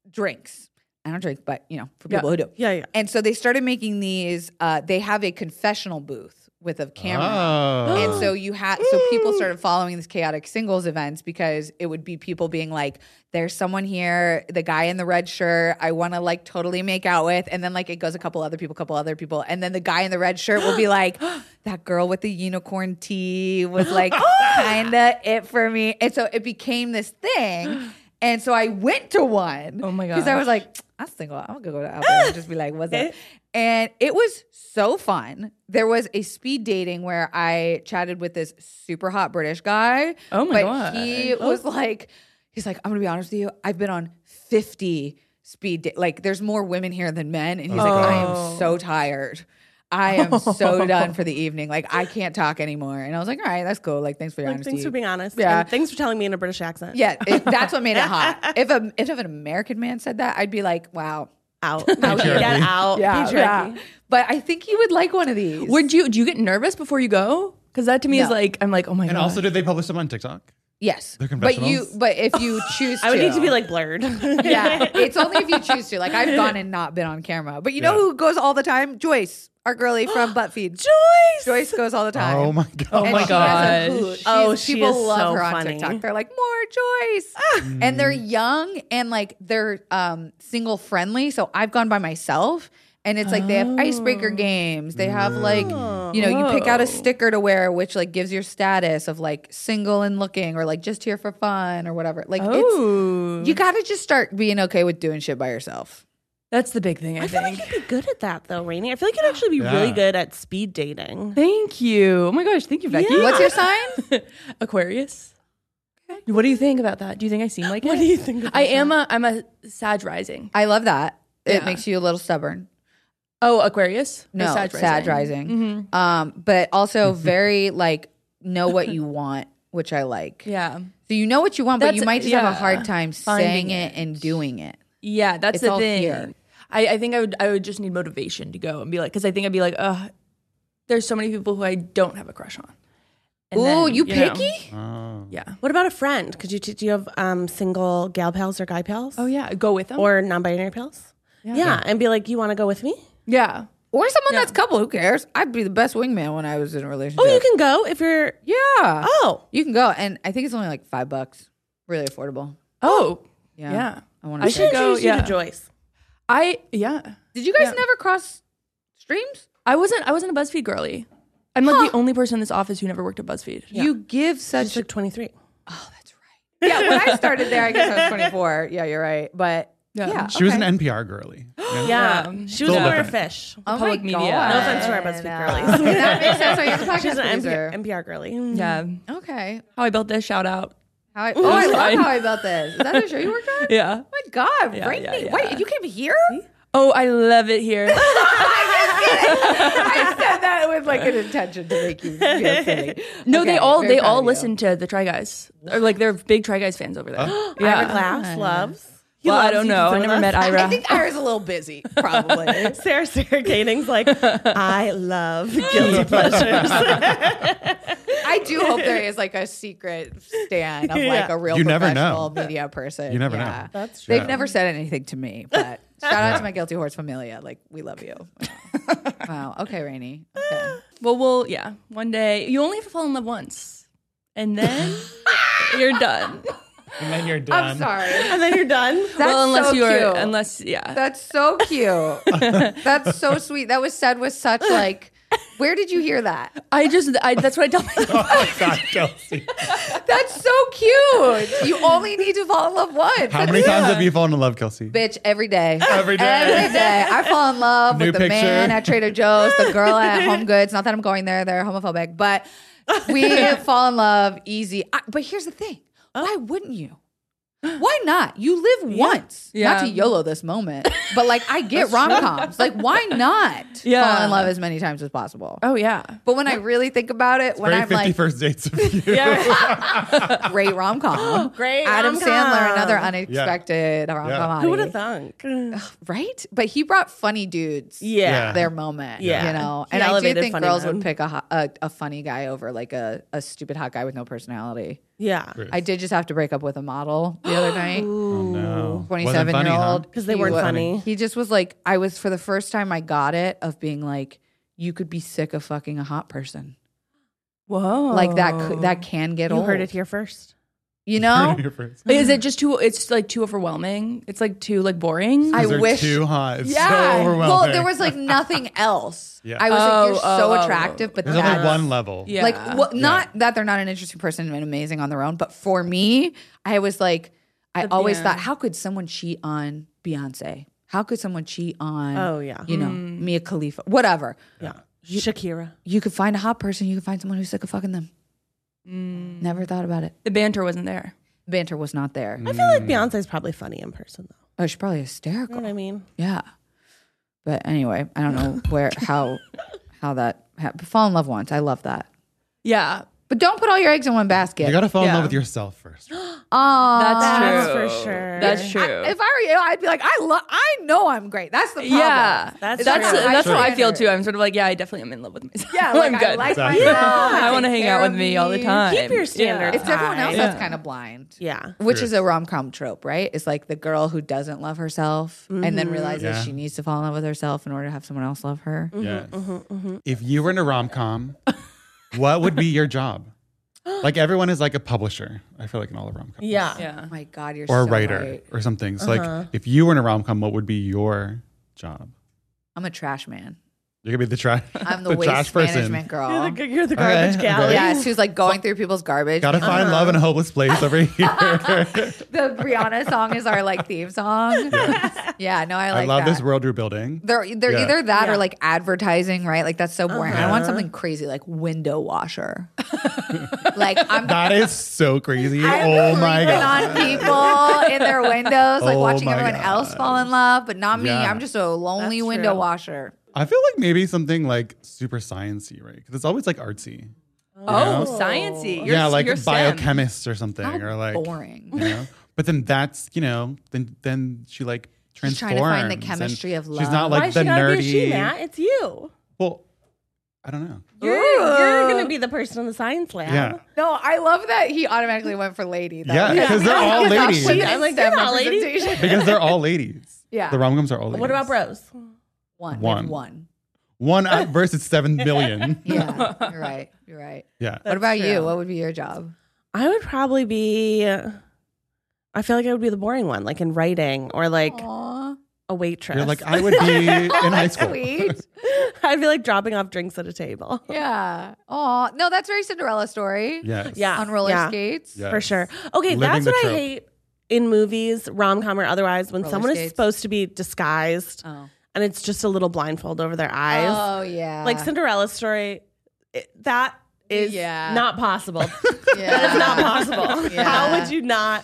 drinks. I don't drink, but you know, for people who do.
<laughs> yeah, yeah.
And so they started making these. Uh, they have a confessional booth with a camera.
Oh.
And
<gasps>
so you had so people started following these chaotic singles events because it would be people being like, "There's someone here, the guy in the red shirt. I want to like totally make out with." And then like it goes a couple other people, couple other people, and then the guy in the red shirt will
<gasps>
be like, "That girl with the unicorn tee was
<gasps>
like
Ah!
kinda it for me." And so it became this thing. And so I went to one.
Oh my
Because I was
gosh.
like, I'm single. I'm gonna go to Apple and just be like, what's
<laughs>
up? And it was so fun. There was a speed dating where I chatted with this super hot British guy.
Oh
but
my God.
He
Oh.
was like, he's like, I'm gonna be honest with you, I've been on 50 speed da- like there's more women here than men. And he's like, I
Oh.
am so tired.
<laughs>
I am so done for the evening. Like I can't talk anymore. And I was like, all right, that's cool. Like thanks for your
Like,
honesty.
thanks for being honest.
Yeah.
Yeah. And thanks for telling me in a British accent.
Yeah, it, that's what made it
<laughs>
hot. If a if an American man said that, I'd be like, wow.
Out. out. Get out.
Yeah,
Patriarchy.
yeah. But I think you would like one of these.
Would you do you get nervous before you go? Because that to me is
No.
like I'm like oh my
And
god.
also, did they publish them on TikTok?
yes,
They're
but you
confessionals?
but if you <laughs> choose,
I would need to be like blurred. <laughs>
<laughs> yeah. It's only if you choose to. Like I've gone and not been on camera. But you know
Yeah.
who goes all the time? Joyce, our
<gasps>
girlie from Buttfeed.
Joyce.
Joyce goes all the time.
Oh my god!
and
my
she has a
gosh.
hoot. She's-
Oh, she
people
is
love
so
her on
funny.
TikTok. They're like more Joyce,
Mm.
and they're young and like they're um, single friendly. So I've gone by myself. And it's like they have
Oh.
icebreaker games. They have like, you know, you pick out a sticker to wear, which like gives your status of like single and looking or like just here for fun or whatever. Like,
Oh. Ooh.
it's, you got to just start being okay with doing shit by yourself.
that's the big thing I,
I feel
think.
like you'd be good at that though, Rainy. I feel like you'd actually be really
Yeah.
good at speed dating.
thank you. Oh my gosh, thank you, Becky.
What's
<laughs>
your sign?
Aquarius. What do you think about that? Do you think I <laughs> seem like it?
What do you think?
I am a I'm a Sag rising.
I love that. It
Yeah.
makes you a little stubborn.
Oh, Aquarius? Or
No, Sad Rising. Um, but also very <laughs> like know what you want, which I like.
Yeah.
So you know what you want, but
That's-
you might just have a
yeah.
hard time saying
Finding
it. and doing it.
Yeah, that's
It's
the
all
thing.
here.
I, I think I would I would just need motivation to go and be like because I think I'd be like, ugh, there's so many people who I don't have a crush on. And
Ooh,
then,
you
know,
picky?
Oh.
yeah.
What about a friend? Could you do you have um, single gal pals or guy pals?
Oh yeah, go with them.
Or non-binary pals? Yeah. and be like, you want to go with me?
yeah,
Or someone that's couple, who cares? I'd be the best wingman when I was in a relationship.
Oh, you can go if you're.
Yeah.
Oh,
You can go. And I think it's only like five bucks. Really affordable.
Oh,
Yeah.
Yeah.
I want
I
to
should
say.
introduce
go-
you
yeah.
to Joyce.
I yeah.
Did you guys
Yeah.
never cross streams?
I wasn't I wasn't a BuzzFeed girly. I'm like the only person in this office who never worked at BuzzFeed.
You give such
She's <laughs> like 23.
Yeah, when I started there, I guess I was 24. Yeah, you're right. But yeah.
Yeah.
She was
okay.
an NPR girly. <gasps> Yeah.
Yeah,
Um,
she was
Still
more a
different.
fish.
Oh my
Public media.
God.
No
offense to our BuzzFeed <laughs>
Uh,
girlies.
<laughs> that makes sense. So you're the
She's
podcast
an
producer.
NPR, NPR girly.
Yeah,
Mm.
okay.
how I built this shout out.
How I, oh, I love
fine.
how I built this. Is that a show you worked on?
Yeah.
<laughs> Oh my God. rank
yeah,
me.
yeah.
Wait, you came here?
Oh, I love it here.
<laughs> I said that with like an intention to make you <laughs> feel silly.
No,
Okay,
they all
very
they
proud
all
of you.
listen to the Try Guys. Or like they're big Try Guys
<gasps>
fans over there.
Ira
yeah.
Glass loves. He
Well, I
loves
don't
you
know. I
with
never
us.
met
<laughs>
Ira.
I think Ira's a little busy, probably.
Sarah Sarah Gating's <laughs> like, I love guilty pleasures.
<laughs> I do hope there is like a secret stand of like
Yeah.
a real
You never
professional
know.
media person.
You never
Yeah.
know.
That's
They've never said anything to me, <laughs> but shout out to my guilty horse familia. Like we love <laughs> you. wow. Okay, Rainey. Okay.
Well, we'll yeah. One day you only have to fall in love once, and then
<laughs>
you're done.
And then you're done. <laughs>
I'm sorry.
and then you're <laughs> done.
That's
well, unless
so
you are,
cute.
unless yeah.
That's so cute.
<laughs>
That's so sweet. That was said with such like. Where did you hear that?
I just I, that's what I tell myself.
<laughs>
Oh my God, Kelsey.
That's so cute. You only need to fall in love
<laughs>
once.
How many times have you fallen in love, Kelsey?
Bitch, every day.
Every day.
Every day. I fall in love
New
with the
picture.
man at Trader Joe's, the girl at Home Goods. Not that I'm going there, they're homophobic, but we fall in love easy. I, but here's the thing why wouldn't you? Why not? You live once. Not
Yeah.
to YOLO this moment, but like I get rom coms. Like, why not
Yeah.
fall in love as many times as possible?
Oh yeah.
But when I really think about it, when
Very
I'm like,
51st dates of you.
great rom com,
Great
Adam Sandler,
rom-com.
another unexpected rom com.
Who would have thunk? Yeah.
Right? But he brought funny dudes.
Yeah.
Their moment,
Yeah.
you know,
He
and I do
elevated
think
funny
girls
men.
would pick a, ho- a a funny guy over like a, a stupid hot guy with no personality.
Yeah.
I did just have to break up with a model the other night,
<laughs> Oh, no. Wasn't
twenty-seven
funny,
year
huh? <laughs>
old,
'Cause they weren't funny.
He just was like, I was for the first time I got it of being like, you could be sick of fucking a hot person,
Whoa.
like that c- that can get
You
old.
heard it here first.
<laughs>
you know.
Your friends.
Is it just too? It's like too overwhelming. It's like too like boring.
I
These are
wish-
too hot. It's so overwhelming.
well, there was like nothing else.
Yeah.
I was like, you're
Oh,
so
oh,
attractive, but
There's
that's
only one level.
yeah.
Like, well, not that they're not an interesting person and amazing on their own, but for me, I was like, I always thought, how could someone cheat on Beyonce? How could someone cheat on,
Oh, yeah.
you know,
Mm.
Mia Khalifa, whatever?
Shakira.
You could find a hot person, you could find someone who's sick of fucking them.
Mm.
Never thought about it.
the banter wasn't there.
Banter was not there.
Mm.
I feel like Beyonce's probably funny in person, though.
Oh, she's probably
You
hysterical.
know what I mean?
Yeah. But anyway, I don't know
<laughs>
where, how, how that happened. Fall in love once. I love that.
Yeah.
But don't put all your eggs in one basket.
You got to fall in
Yeah.
love with yourself
<gasps>
first.
Mm-hmm, Aw.
That's,
That's
true.
for sure.
That's true.
I- if I were you, I'd be like, I love, I know I'm great. That's the problem.
yeah.
That's
That's that's,
true.
that's how I
True.
feel too. I'm sort of like yeah. I definitely am in love with myself.
Yeah, like
<laughs> I'm
i
good.
like
Exactly.
myself.
<laughs> I
take
want to hang
care
out
of
with me all the time.
Keep your standards
It's everyone else
high.
that's kind of blind.
Yeah.
Which is a rom com trope, right? It's like the girl who doesn't love herself and
Mm-hmm.
then realizes
Yeah.
she needs to fall in love with herself in order to have someone else love her.
Mm.
Yes.
mm-hmm,
If you were in a rom com,
<laughs>
what would be your
<gasps>
job? Like everyone is like a publisher. I feel like in all the rom coms.
Yeah.
Oh my God, you're
Or a
so
writer
right. Uh-huh.
or something. So like if you were in a rom com, what would be your job?
I'm a trash man.
You're gonna be the trash. <laughs>
I'm the,
the trash
waste
person.
management
You're
girl.
the, you're the
All right,
garbage
okay.
gal.
Yes, who's like going through people's garbage.
Gotta find love in
Uh-huh.
a hopeless place
<laughs>
over here.
the Rihanna song is our like
<laughs>
theme song. <laughs> Yeah, no, I like
I love
that.
this world you're building.
<laughs> They're they're
Yeah.
either that or like advertising, right? Like that's so boring.
Uh-huh.
I want something crazy like
<laughs>
window washer. like I'm
That is so crazy.
I'm
oh my
creeping
god. <laughs>
on people in their windows, like
Oh
watching
my
everyone
God.
else fall in love, but not me.
Yeah.
I'm just a lonely window washer.
I feel like maybe something like super sciencey, right? Because it's always like artsy.
Oh, sciency. You're,
yeah, like
you're STEM.
biochemist or something, or like
boring.
You know? But then that's you know then then she like transforms.
trying to find the
and
chemistry of
She's not
love.
like
Why
the
she gotta
nerdy.
be a she, Matt? It's you.
Well, I don't know.
<laughs> You're, you're gonna be the person in the science lab.
Yeah,
No, I love that he automatically went for lady. That
yeah,
was-
because
<laughs>
they're all ladies.
Women
I'm like,
in STEM
they're all ladies.
<laughs>
representation.
because they're all ladies.
<laughs> Yeah.
the romcoms are all ladies.
What about bros?
One.
One.
One. One.
One
<laughs>
out versus seven million.
<laughs>
Yeah, you're right. You're right.
yeah.
what about you? What would be your job?
I would probably be. I feel like I would be the boring one, like in writing or like
Aw,
a waitress.
You're
<laughs>
<laughs>
like I would be in high school.
sweet.
I'd be like dropping off drinks at a table.
Yeah. Oh no, that's very Cinderella story.
Yes.
Yeah.
On roller
Yeah.
skates.
Yes.
for sure. Okay,
Living
that's
the
what I
trope.
hate in movies, rom com or otherwise, when
Roller
someone is
skates.
supposed to be disguised
Oh.
and it's just a little blindfold over their eyes.
Oh yeah.
like Cinderella's story, it, that is
Yeah.
not
<laughs>
possible.
yeah.
that is not possible.
<laughs> Yeah.
How would you not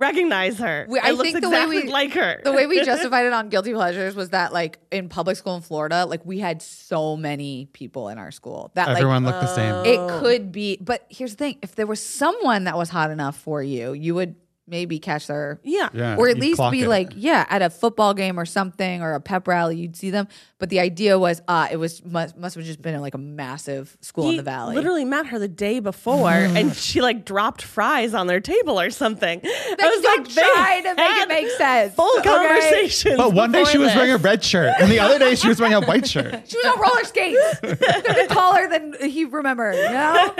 recognize her?
We-
it
I
looks
think the way
exactly
we-
like her.
the way we justified it on guilty pleasures was that like in public school in Florida, like we had so many people in our school that <laughs> like uh,
Everyone looked the same.
It could be, but here's the thing: if there was someone that was hot enough for you, you would maybe catch their,
yeah.
yeah,
or at
you
least
clock
be
it.
like, yeah, at a football game or something, or a pep rally, you'd see them. But the idea was, ah, it was must must have just been like a massive school in
He
the valley. Mm.
literally met her the day before, and she like dropped fries on their table or something. I
Like,
was
don't
like, they
try to make
had
it make sense.
Full
okay?
conversations.
But one day
before
she was
this.
wearing a red shirt, and the other day she was wearing a white shirt.
<laughs> She was on roller
<laughs>
skates. They're taller than he remembered. You know?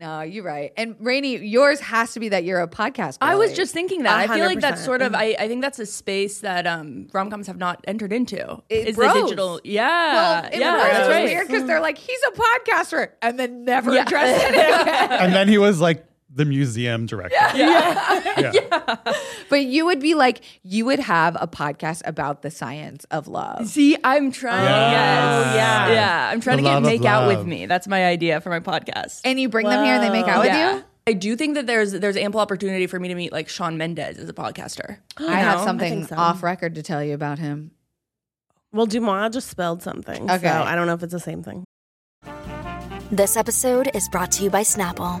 No, you're right. And Rainey, yours has to be that you're a podcast.
I was
girly.
just thinking that. I feel like that's
100%.
sort of. I, I think that's a space that um, rom coms have not entered into.
It
Is
grows.
the digital? Yeah,
Well, in
uh, yeah,
Florida,
that's
it was
right.
weird because they're like, he's a podcaster, and then never addressed it <laughs>
<laughs>
again.
And then he was like the museum director. Yeah.
But you would be like, you would have a podcast about the science of love.
See, I'm
Oh,
trying.
Yeah.
Yes.
Yeah.
yeah, I'm trying
The
to get
love of
make out
love.
with me. That's my idea for my podcast.
And you bring them here and they make out
Yeah.
with
I do think that there's there's ample opportunity for me to meet like Sean Mendez as a podcaster.
<gasps>
you. I have something
think so.
off record to tell you about him.
Well, Dumas just spelled something.
Okay.
So I don't know if it's the same thing.
This episode is brought to you by Snapple.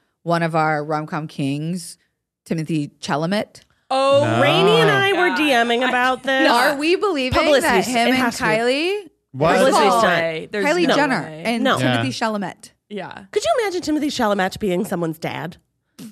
one of our rom com kings, Timothy Chalamet?
Oh,
Rainey and I were DMing
<laughs>
about this.
Are we believing
Publicity.
that him
It
and
has to be.
Kylie,
What?
First of
Publicity
all,
stunt. There's
Kylie
no
Jenner,
way.
and
No.
Timothy
Yeah.
Chalamet?
yeah.
Could you imagine Timothy Chalamet being someone's dad?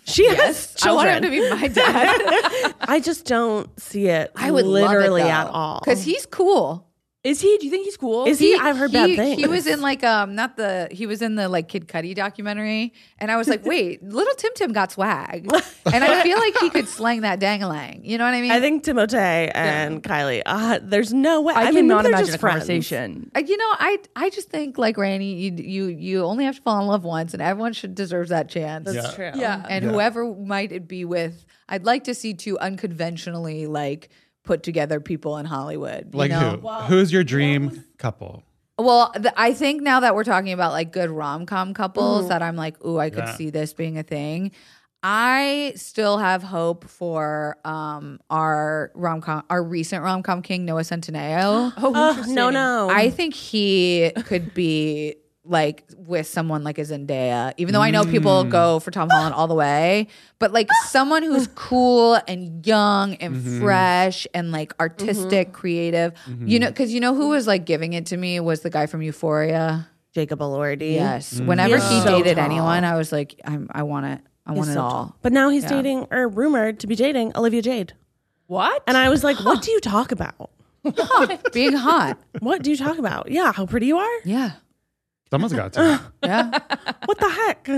She has
I want
children.
him to be my dad.
<laughs> I just don't see it.
I would
literally at all.
because he's cool.
Is he? Do you think he's cool?
is he? I've heard
he,
bad things.
He was in like um not the he was in the like Kid Cudi documentary, and I was
<laughs>
like, wait, little Tim Tim got swag, and I feel like he could slang that dangalang. You know what I mean?
I think Timotei and Kylie. Uh, there's no way.
I,
mean,
cannot
they're
imagine
just
a
friends.
conversation.
Uh, You know, I I just think like Randy, you you you only have to fall in love once, and everyone should deserves that chance. Um,
That's
true.
Yeah.
And whoever might it be with, I'd like to see two unconventionally like put together people in Hollywood.
Like
you know?
who? Who's your dream couple?
Well, th- I think now that we're talking about like good rom com couples, that I'm like, ooh, I could
Yeah.
see this being a thing. I still have hope for um, our rom com, our recent rom com king Noah Centineo. <gasps>
Oh, no, no.
I think he could be like with someone like a Zendaya, even though I know people
Mm.
go for Tom Holland all the way, but like
<laughs>
someone who's cool and young and
Mm-hmm.
fresh and like artistic, creative. You know, because you know who was like giving it to me was the guy from Euphoria.
Jacob Elordi.
Yes. Whenever
He's
he
Mm-hmm. so
dated
tall.
anyone, I was like, I'm, I want it. I want it all.
But now he's dating, or rumored to be dating, Olivia Jade.
What?
And I was like, what do you talk about? <laughs>
<laughs> Being hot.
What do you talk about? Yeah, how pretty you are?
Yeah.
Someone's got to.
Yeah.
What the heck?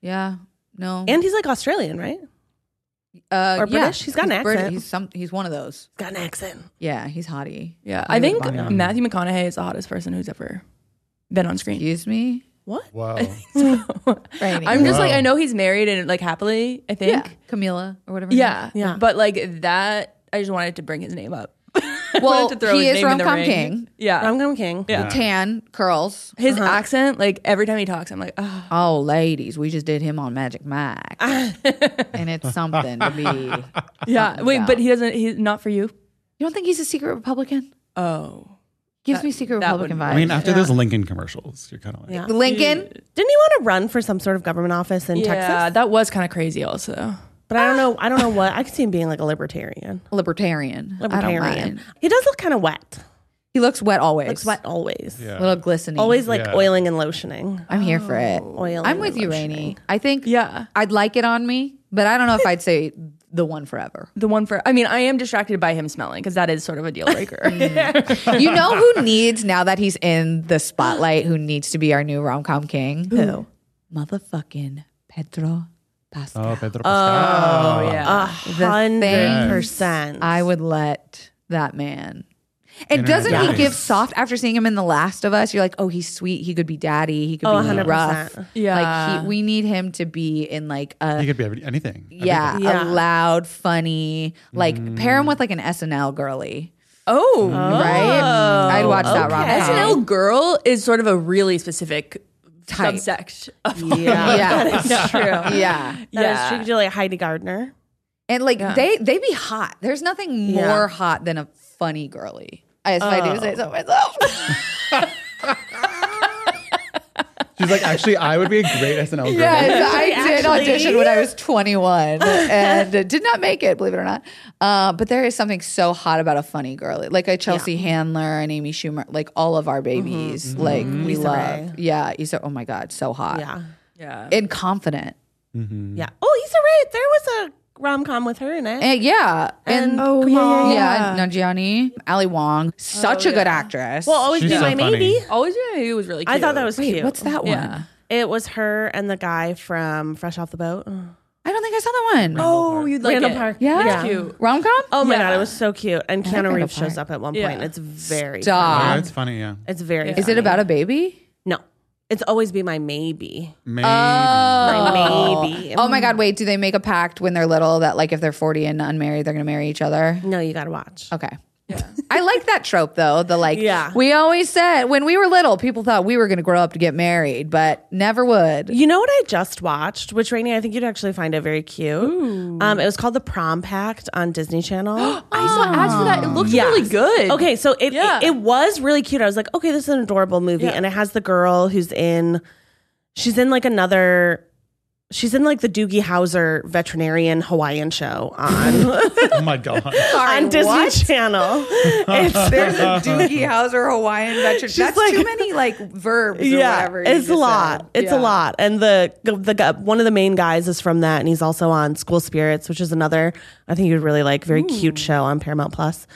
Yeah. No.
And he's like Australian, right?
Uh,
Or
yeah.
British? He's got an
Brit-
accent.
he's some. He's one of those.
Got an accent.
Yeah, he's hottie.
Yeah, I think Matthew McConaughey is the hottest person who's ever been on <laughs> screen.
Excuse me.
What?
Wow.
Rainey.
I'm just like
Wow.
I know he's married and like happily. I
yeah,
think.
Camila or whatever. her
Yeah.
Mm-hmm. Yeah.
But like that, I just wanted to bring his name up. <laughs> I
Well,
wanted to throw
he
his
is
name in the
rom-com
ring.
king.
Yeah.
I'm going King.
name is. tan curls.
his
Uh-huh.
accent, like every time he talks, I'm like, oh,
Oh, ladies, we just did him on Magic <laughs> Mike, and it's something <laughs> to be. You
yeah. Wait, but he doesn't. He's not for you.
don't think he's a secret Republican?
Oh,
Gives me secret
that
Republican vibes.
I
wouldn't-
mean, after those Lincoln commercials, you're kind of like,
Yeah.
Lincoln.
Didn't he want to run for some sort of government office in
yeah.
Texas?
That was kind of crazy, also.
But I don't know. I don't know what. I could see him being like a libertarian.
libertarian.
Libertarian.
I don't mind.
He does look kind of wet.
He looks wet always.
Looks wet always.
A little glistening.
Always like
Yeah.
oiling and lotioning.
I'm here for it.
Oiling
I'm with
and
you, Rainey.
lotioning.
I think
Yeah.
I'd like it on me, but I don't know if I'd say the one forever.
The one for, I mean, I am distracted by him smelling because that is sort of a deal breaker.
You know who needs now that he's in the spotlight? Who needs to be our new rom com king? Who? Motherfucking Pedro Pascal.
oh, Pedro Pascal.
yeah.
A
The
hundred
thing
percent.
I would let that man. And
Internet
doesn't he
daddies.
give soft after seeing him in The Last of Us? You're like, oh, he's sweet. He could be daddy. He could
Oh,
be
100%.
rough.
Yeah.
like he, we need him to be in like a
He could be every- anything.
yeah,
Everything.
Yeah.
a loud, funny, like pair him with like an SNL girly,
oh,
right? I'd watch that rom
SNL girl is sort of a really specific
Type.
subsect of
<laughs> Yeah.
<laughs> Yeah.
That is true. yeah.
Yeah,
That
Yeah.
is true. Like Heidi Gardner.
and like they they be hot. There's nothing
Yeah. Oh.
more hot than a funny girly. As if I do say so myself. <laughs>
She's like, actually, I would be a great SNL girl.
yes, I did
Actually.
audition when I was 21 and <laughs> did not make it, believe it or not. Uh, but there is something so hot about a funny girly, like a Chelsea Handler and Amy Schumer, like all of
Mm-hmm.
our babies, like we
Issa
love.
Rae.
Yeah, Issa, oh my God, so hot.
Yeah.
yeah.
and confident.
Yeah. Oh, Issa Rae. There was a rom com with her in it.
And yeah, and,
oh, yeah,
yeah,
yeah,
and Nanjiani, Ali Wong, such a good actress.
Oh, well, always
She's
be
so
my
funny.
maybe.
Always knew he was really cute.
I thought that was
Wait,
cute.
what's that one?
Yeah.
It was her and the guy from Fresh Off the Boat.
I don't think I saw that one.
Oh, you'd like
Randall
it.
Park.
yeah,
It's cute.
rom com.
Oh my
Yeah.
god, it was so cute. And
like
Keanu
Randall
Reeves shows
Park.
up at one
Yeah.
point. It's very
Yeah,
Stop.
it's Oh, funny, yeah.
It's very.
Is it about a baby?
No, it's always be my maybe.
Maybe.
Uh, My maybe.
Oh my God! Wait, do they make a pact when they're little that like if they're forty and unmarried, they're gonna marry each other?
No, you gotta watch.
Okay. Yeah. I like that trope though. The like,
Yeah.
We always said when we were little, people thought we were gonna grow up to get married, but never would.
You know what I just watched, which Rainey, I think you'd actually find it very cute. Um, it was called The Prom Pact on Disney Channel.
<gasps> I saw ads for that. It looked
Yes.
really good.
Okay, so it,
Yeah.
it it was really cute. I was like, okay, this is an adorable movie, and it has the girl who's in, she's in like another, she's in like the Doogie Howser veterinarian Hawaiian show
<laughs>
on
Oh my God.
on Disney Channel. It's
There's a Doogie
<laughs>
Howser Hawaiian veteran. That's too many like verbs. Or whatever you
it's a
just
lot.
said.
It's a
Yeah.
lot. And the the guy- one of the main guys is from that, and he's also on School Spirits, which is another I think you'd really like, very
Hmm.
cute show on Paramount Plus.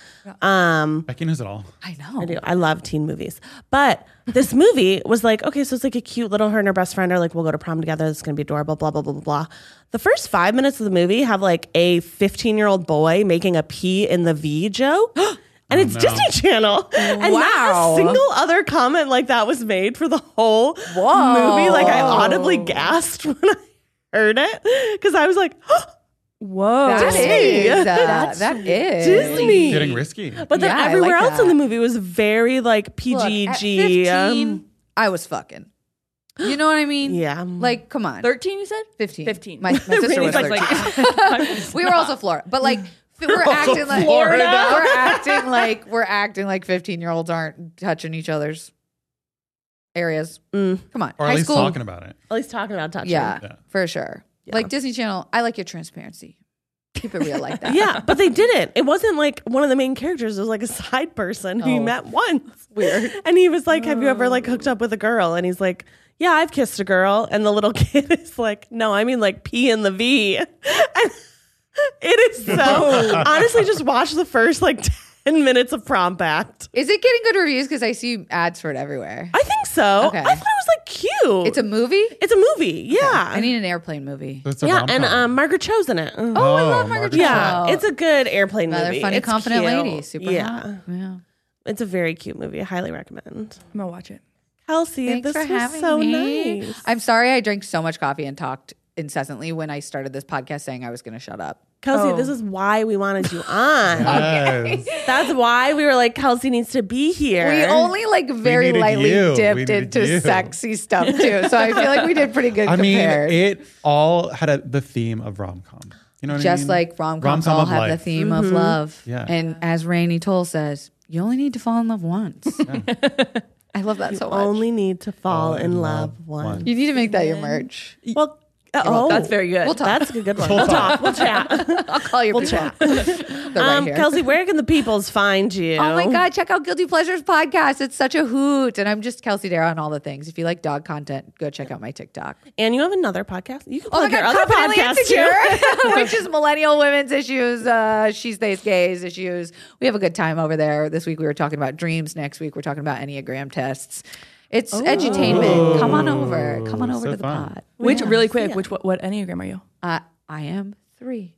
Um,
Becky knows it all.
I know.
I do. I love teen movies, but this movie was like okay, so it's like a cute little her and her best friend are like we'll go to prom together. It's gonna be adorable. Blah blah blah blah blah. The first five minutes of the movie have like a fifteen year old boy making a P in the V joke. <gasps> And it's Disney Channel. And not
Wow.
a single other comment like that was made for the whole
Whoa.
movie. Like I audibly gasped <laughs> when I heard it because I was like, <gasps>
Whoa.
That
Disney.
is. Uh, that is.
Disney.
Getting risky.
But then
Yeah, I like
everywhere else in
that.
the movie was very like
Look,
PG
at
G. um,
15, I was fucking. You know what I mean?
Yeah. um,
Like, come on.
13, you said?
15.
<laughs>
15.
My, my sister was
Rainey's like,
13. <laughs> we were also Florida, but like we're acting like
Florida.
<laughs> We're acting like we're acting like fifteen year olds aren't touching each other's areas.
Mm.
Come on,
Or
high
at least
school.
talking about it.
At least talking about touching.
yeah,
Yeah.
for sure. Like Disney Channel, I like your transparency. Keep it real like
<laughs>
that.
Yeah, but they didn't. It wasn't like one of the main characters. It was like a side person who you
Oh.
met once. Weird. <laughs> And he was like, Have you ever like hooked up with a girl? And he's like, Yeah, I've kissed a girl. And the little <laughs> kid is like, No, I mean like P and the V. <laughs> And it is so honestly, just watch the first <laughs> like 10 minutes of prom act.
Is it getting good reviews? Because I see ads for it everywhere.
I think so.
Okay.
I thought it was like cute.
It's a movie?
it's a movie. Yeah.
I need an airplane movie.
It's a
yeah,
rom-com.
and um, Margaret Cho's in it.
Oh, I love Margaret
Yeah,
Cho.
it's a good airplane
Another
movie.
funny,
It's
confident
cute.
lady. Super
yeah,
hot. Yeah.
it's a very cute movie. I highly recommend.
<laughs> I'm gonna watch it.
Kelsey,
Thanks
this
for
was
having
so
me.
nice.
I'm sorry I drank so much coffee and talked incessantly when I started this podcast saying I was going to shut up.
Kelsey,
Oh.
this is why we wanted you on.
<laughs>
Yes.
That's why we were like, Kelsey needs to be here.
We only like very
needed
lightly
you. We
dipped
needed
into
you.
sexy stuff too. So I feel like we did pretty
<laughs>
good
I mean,
compared.
it all had a, the theme of rom com. You know what I mean?
Just like rom coms
Rom-com
all
of
have
life.
the theme of love.
Yeah.
And as Rainey Toll says, you only need to fall in love once. <laughs> I love that so much.
only need to fall in love once.
you need to make that your merch.
Well, uh, oh,
That's very good.
We'll talk.
That's a good one. We'll talk. We'll <laughs> chat.
I'll call your people. <laughs> They're right
um,
here.
Kelsey, where can the peoples find you?
Oh my God, check out Guilty Pleasures podcast. It's such a hoot. And I'm just Kelsey Dara on all the things. If you like dog content, go check out my TikTok.
And you have another podcast. You can
Oh my
plug your
God,
other
Confidently
podcast
<laughs>
too.
Insecure, which is millennial women's issues, uh, she's, they, gays issues. We have a good time over there. This week we were talking about dreams. Next week we're talking about Enneagram tests. It's edutainment. Come on over. Come on over
so
to the
fun.
pod.
Which really quick, which what, what enneagram are you?
Uh, I am three.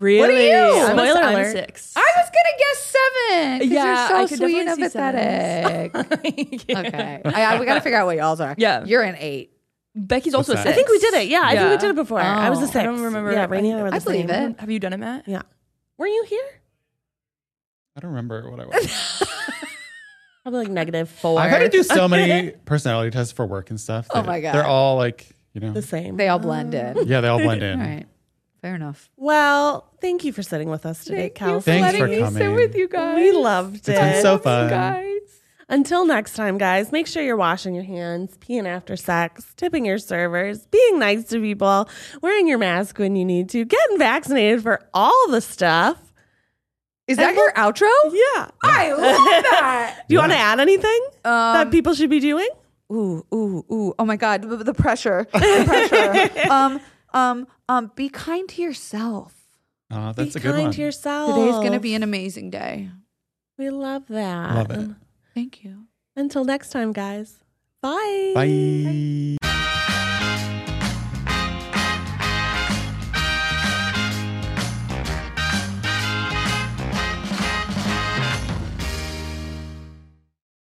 Really?
What are you?
I'm,
Spoiler
a, I'm a
alert.
<laughs>
six.
I was gonna guess seven. 'cause
Yeah, I
you're so
could
sweet and
definitely see
pathetic.
<laughs> Yeah.
Okay, I, I- we gotta figure out what y'all's are.
Yeah.
you're an eight.
Becky's also a
that?
six.
I
I think we did it. Yeah, I think we
Yeah.
did it before. I was
Oh.
a six.
I don't remember.
Yeah, Rainy and I were the
I believe
same.
it.
Have you done it, Matt?
Yeah. Were you here?
I don't remember
<laughs>
what I was.
Probably like negative four.
I've had to
<laughs>
do so many
<laughs>
personality tests for work and stuff.
Oh
that
my God.
They're all like, you know.
the same.
They all blend
<laughs>
in.
Yeah, they all
<laughs>
blend in.
All right, fair enough.
Well, thank you for sitting with us today, Kelsey.
Thanks for coming.
you guys.
We loved
It's been
it.
so fun.
Until next time, guys, make sure you're washing your hands, peeing after sex, tipping your servers, being nice to people, wearing your mask when you need to, getting vaccinated for all the stuff.
Is that your outro?
Yeah.
I <laughs> love that.
Do you want to add anything that people should be doing?
ooh, ooh, ooh. Oh my God, the, the pressure. The <laughs> pressure. um, um, um, be kind to yourself.
Aw, that's
be
a good
kind
one.
to yourself.
Today's going to be an amazing day.
We love that. Um,
Love it.
Thank you.
Until next time, guys. Bye.
Bye.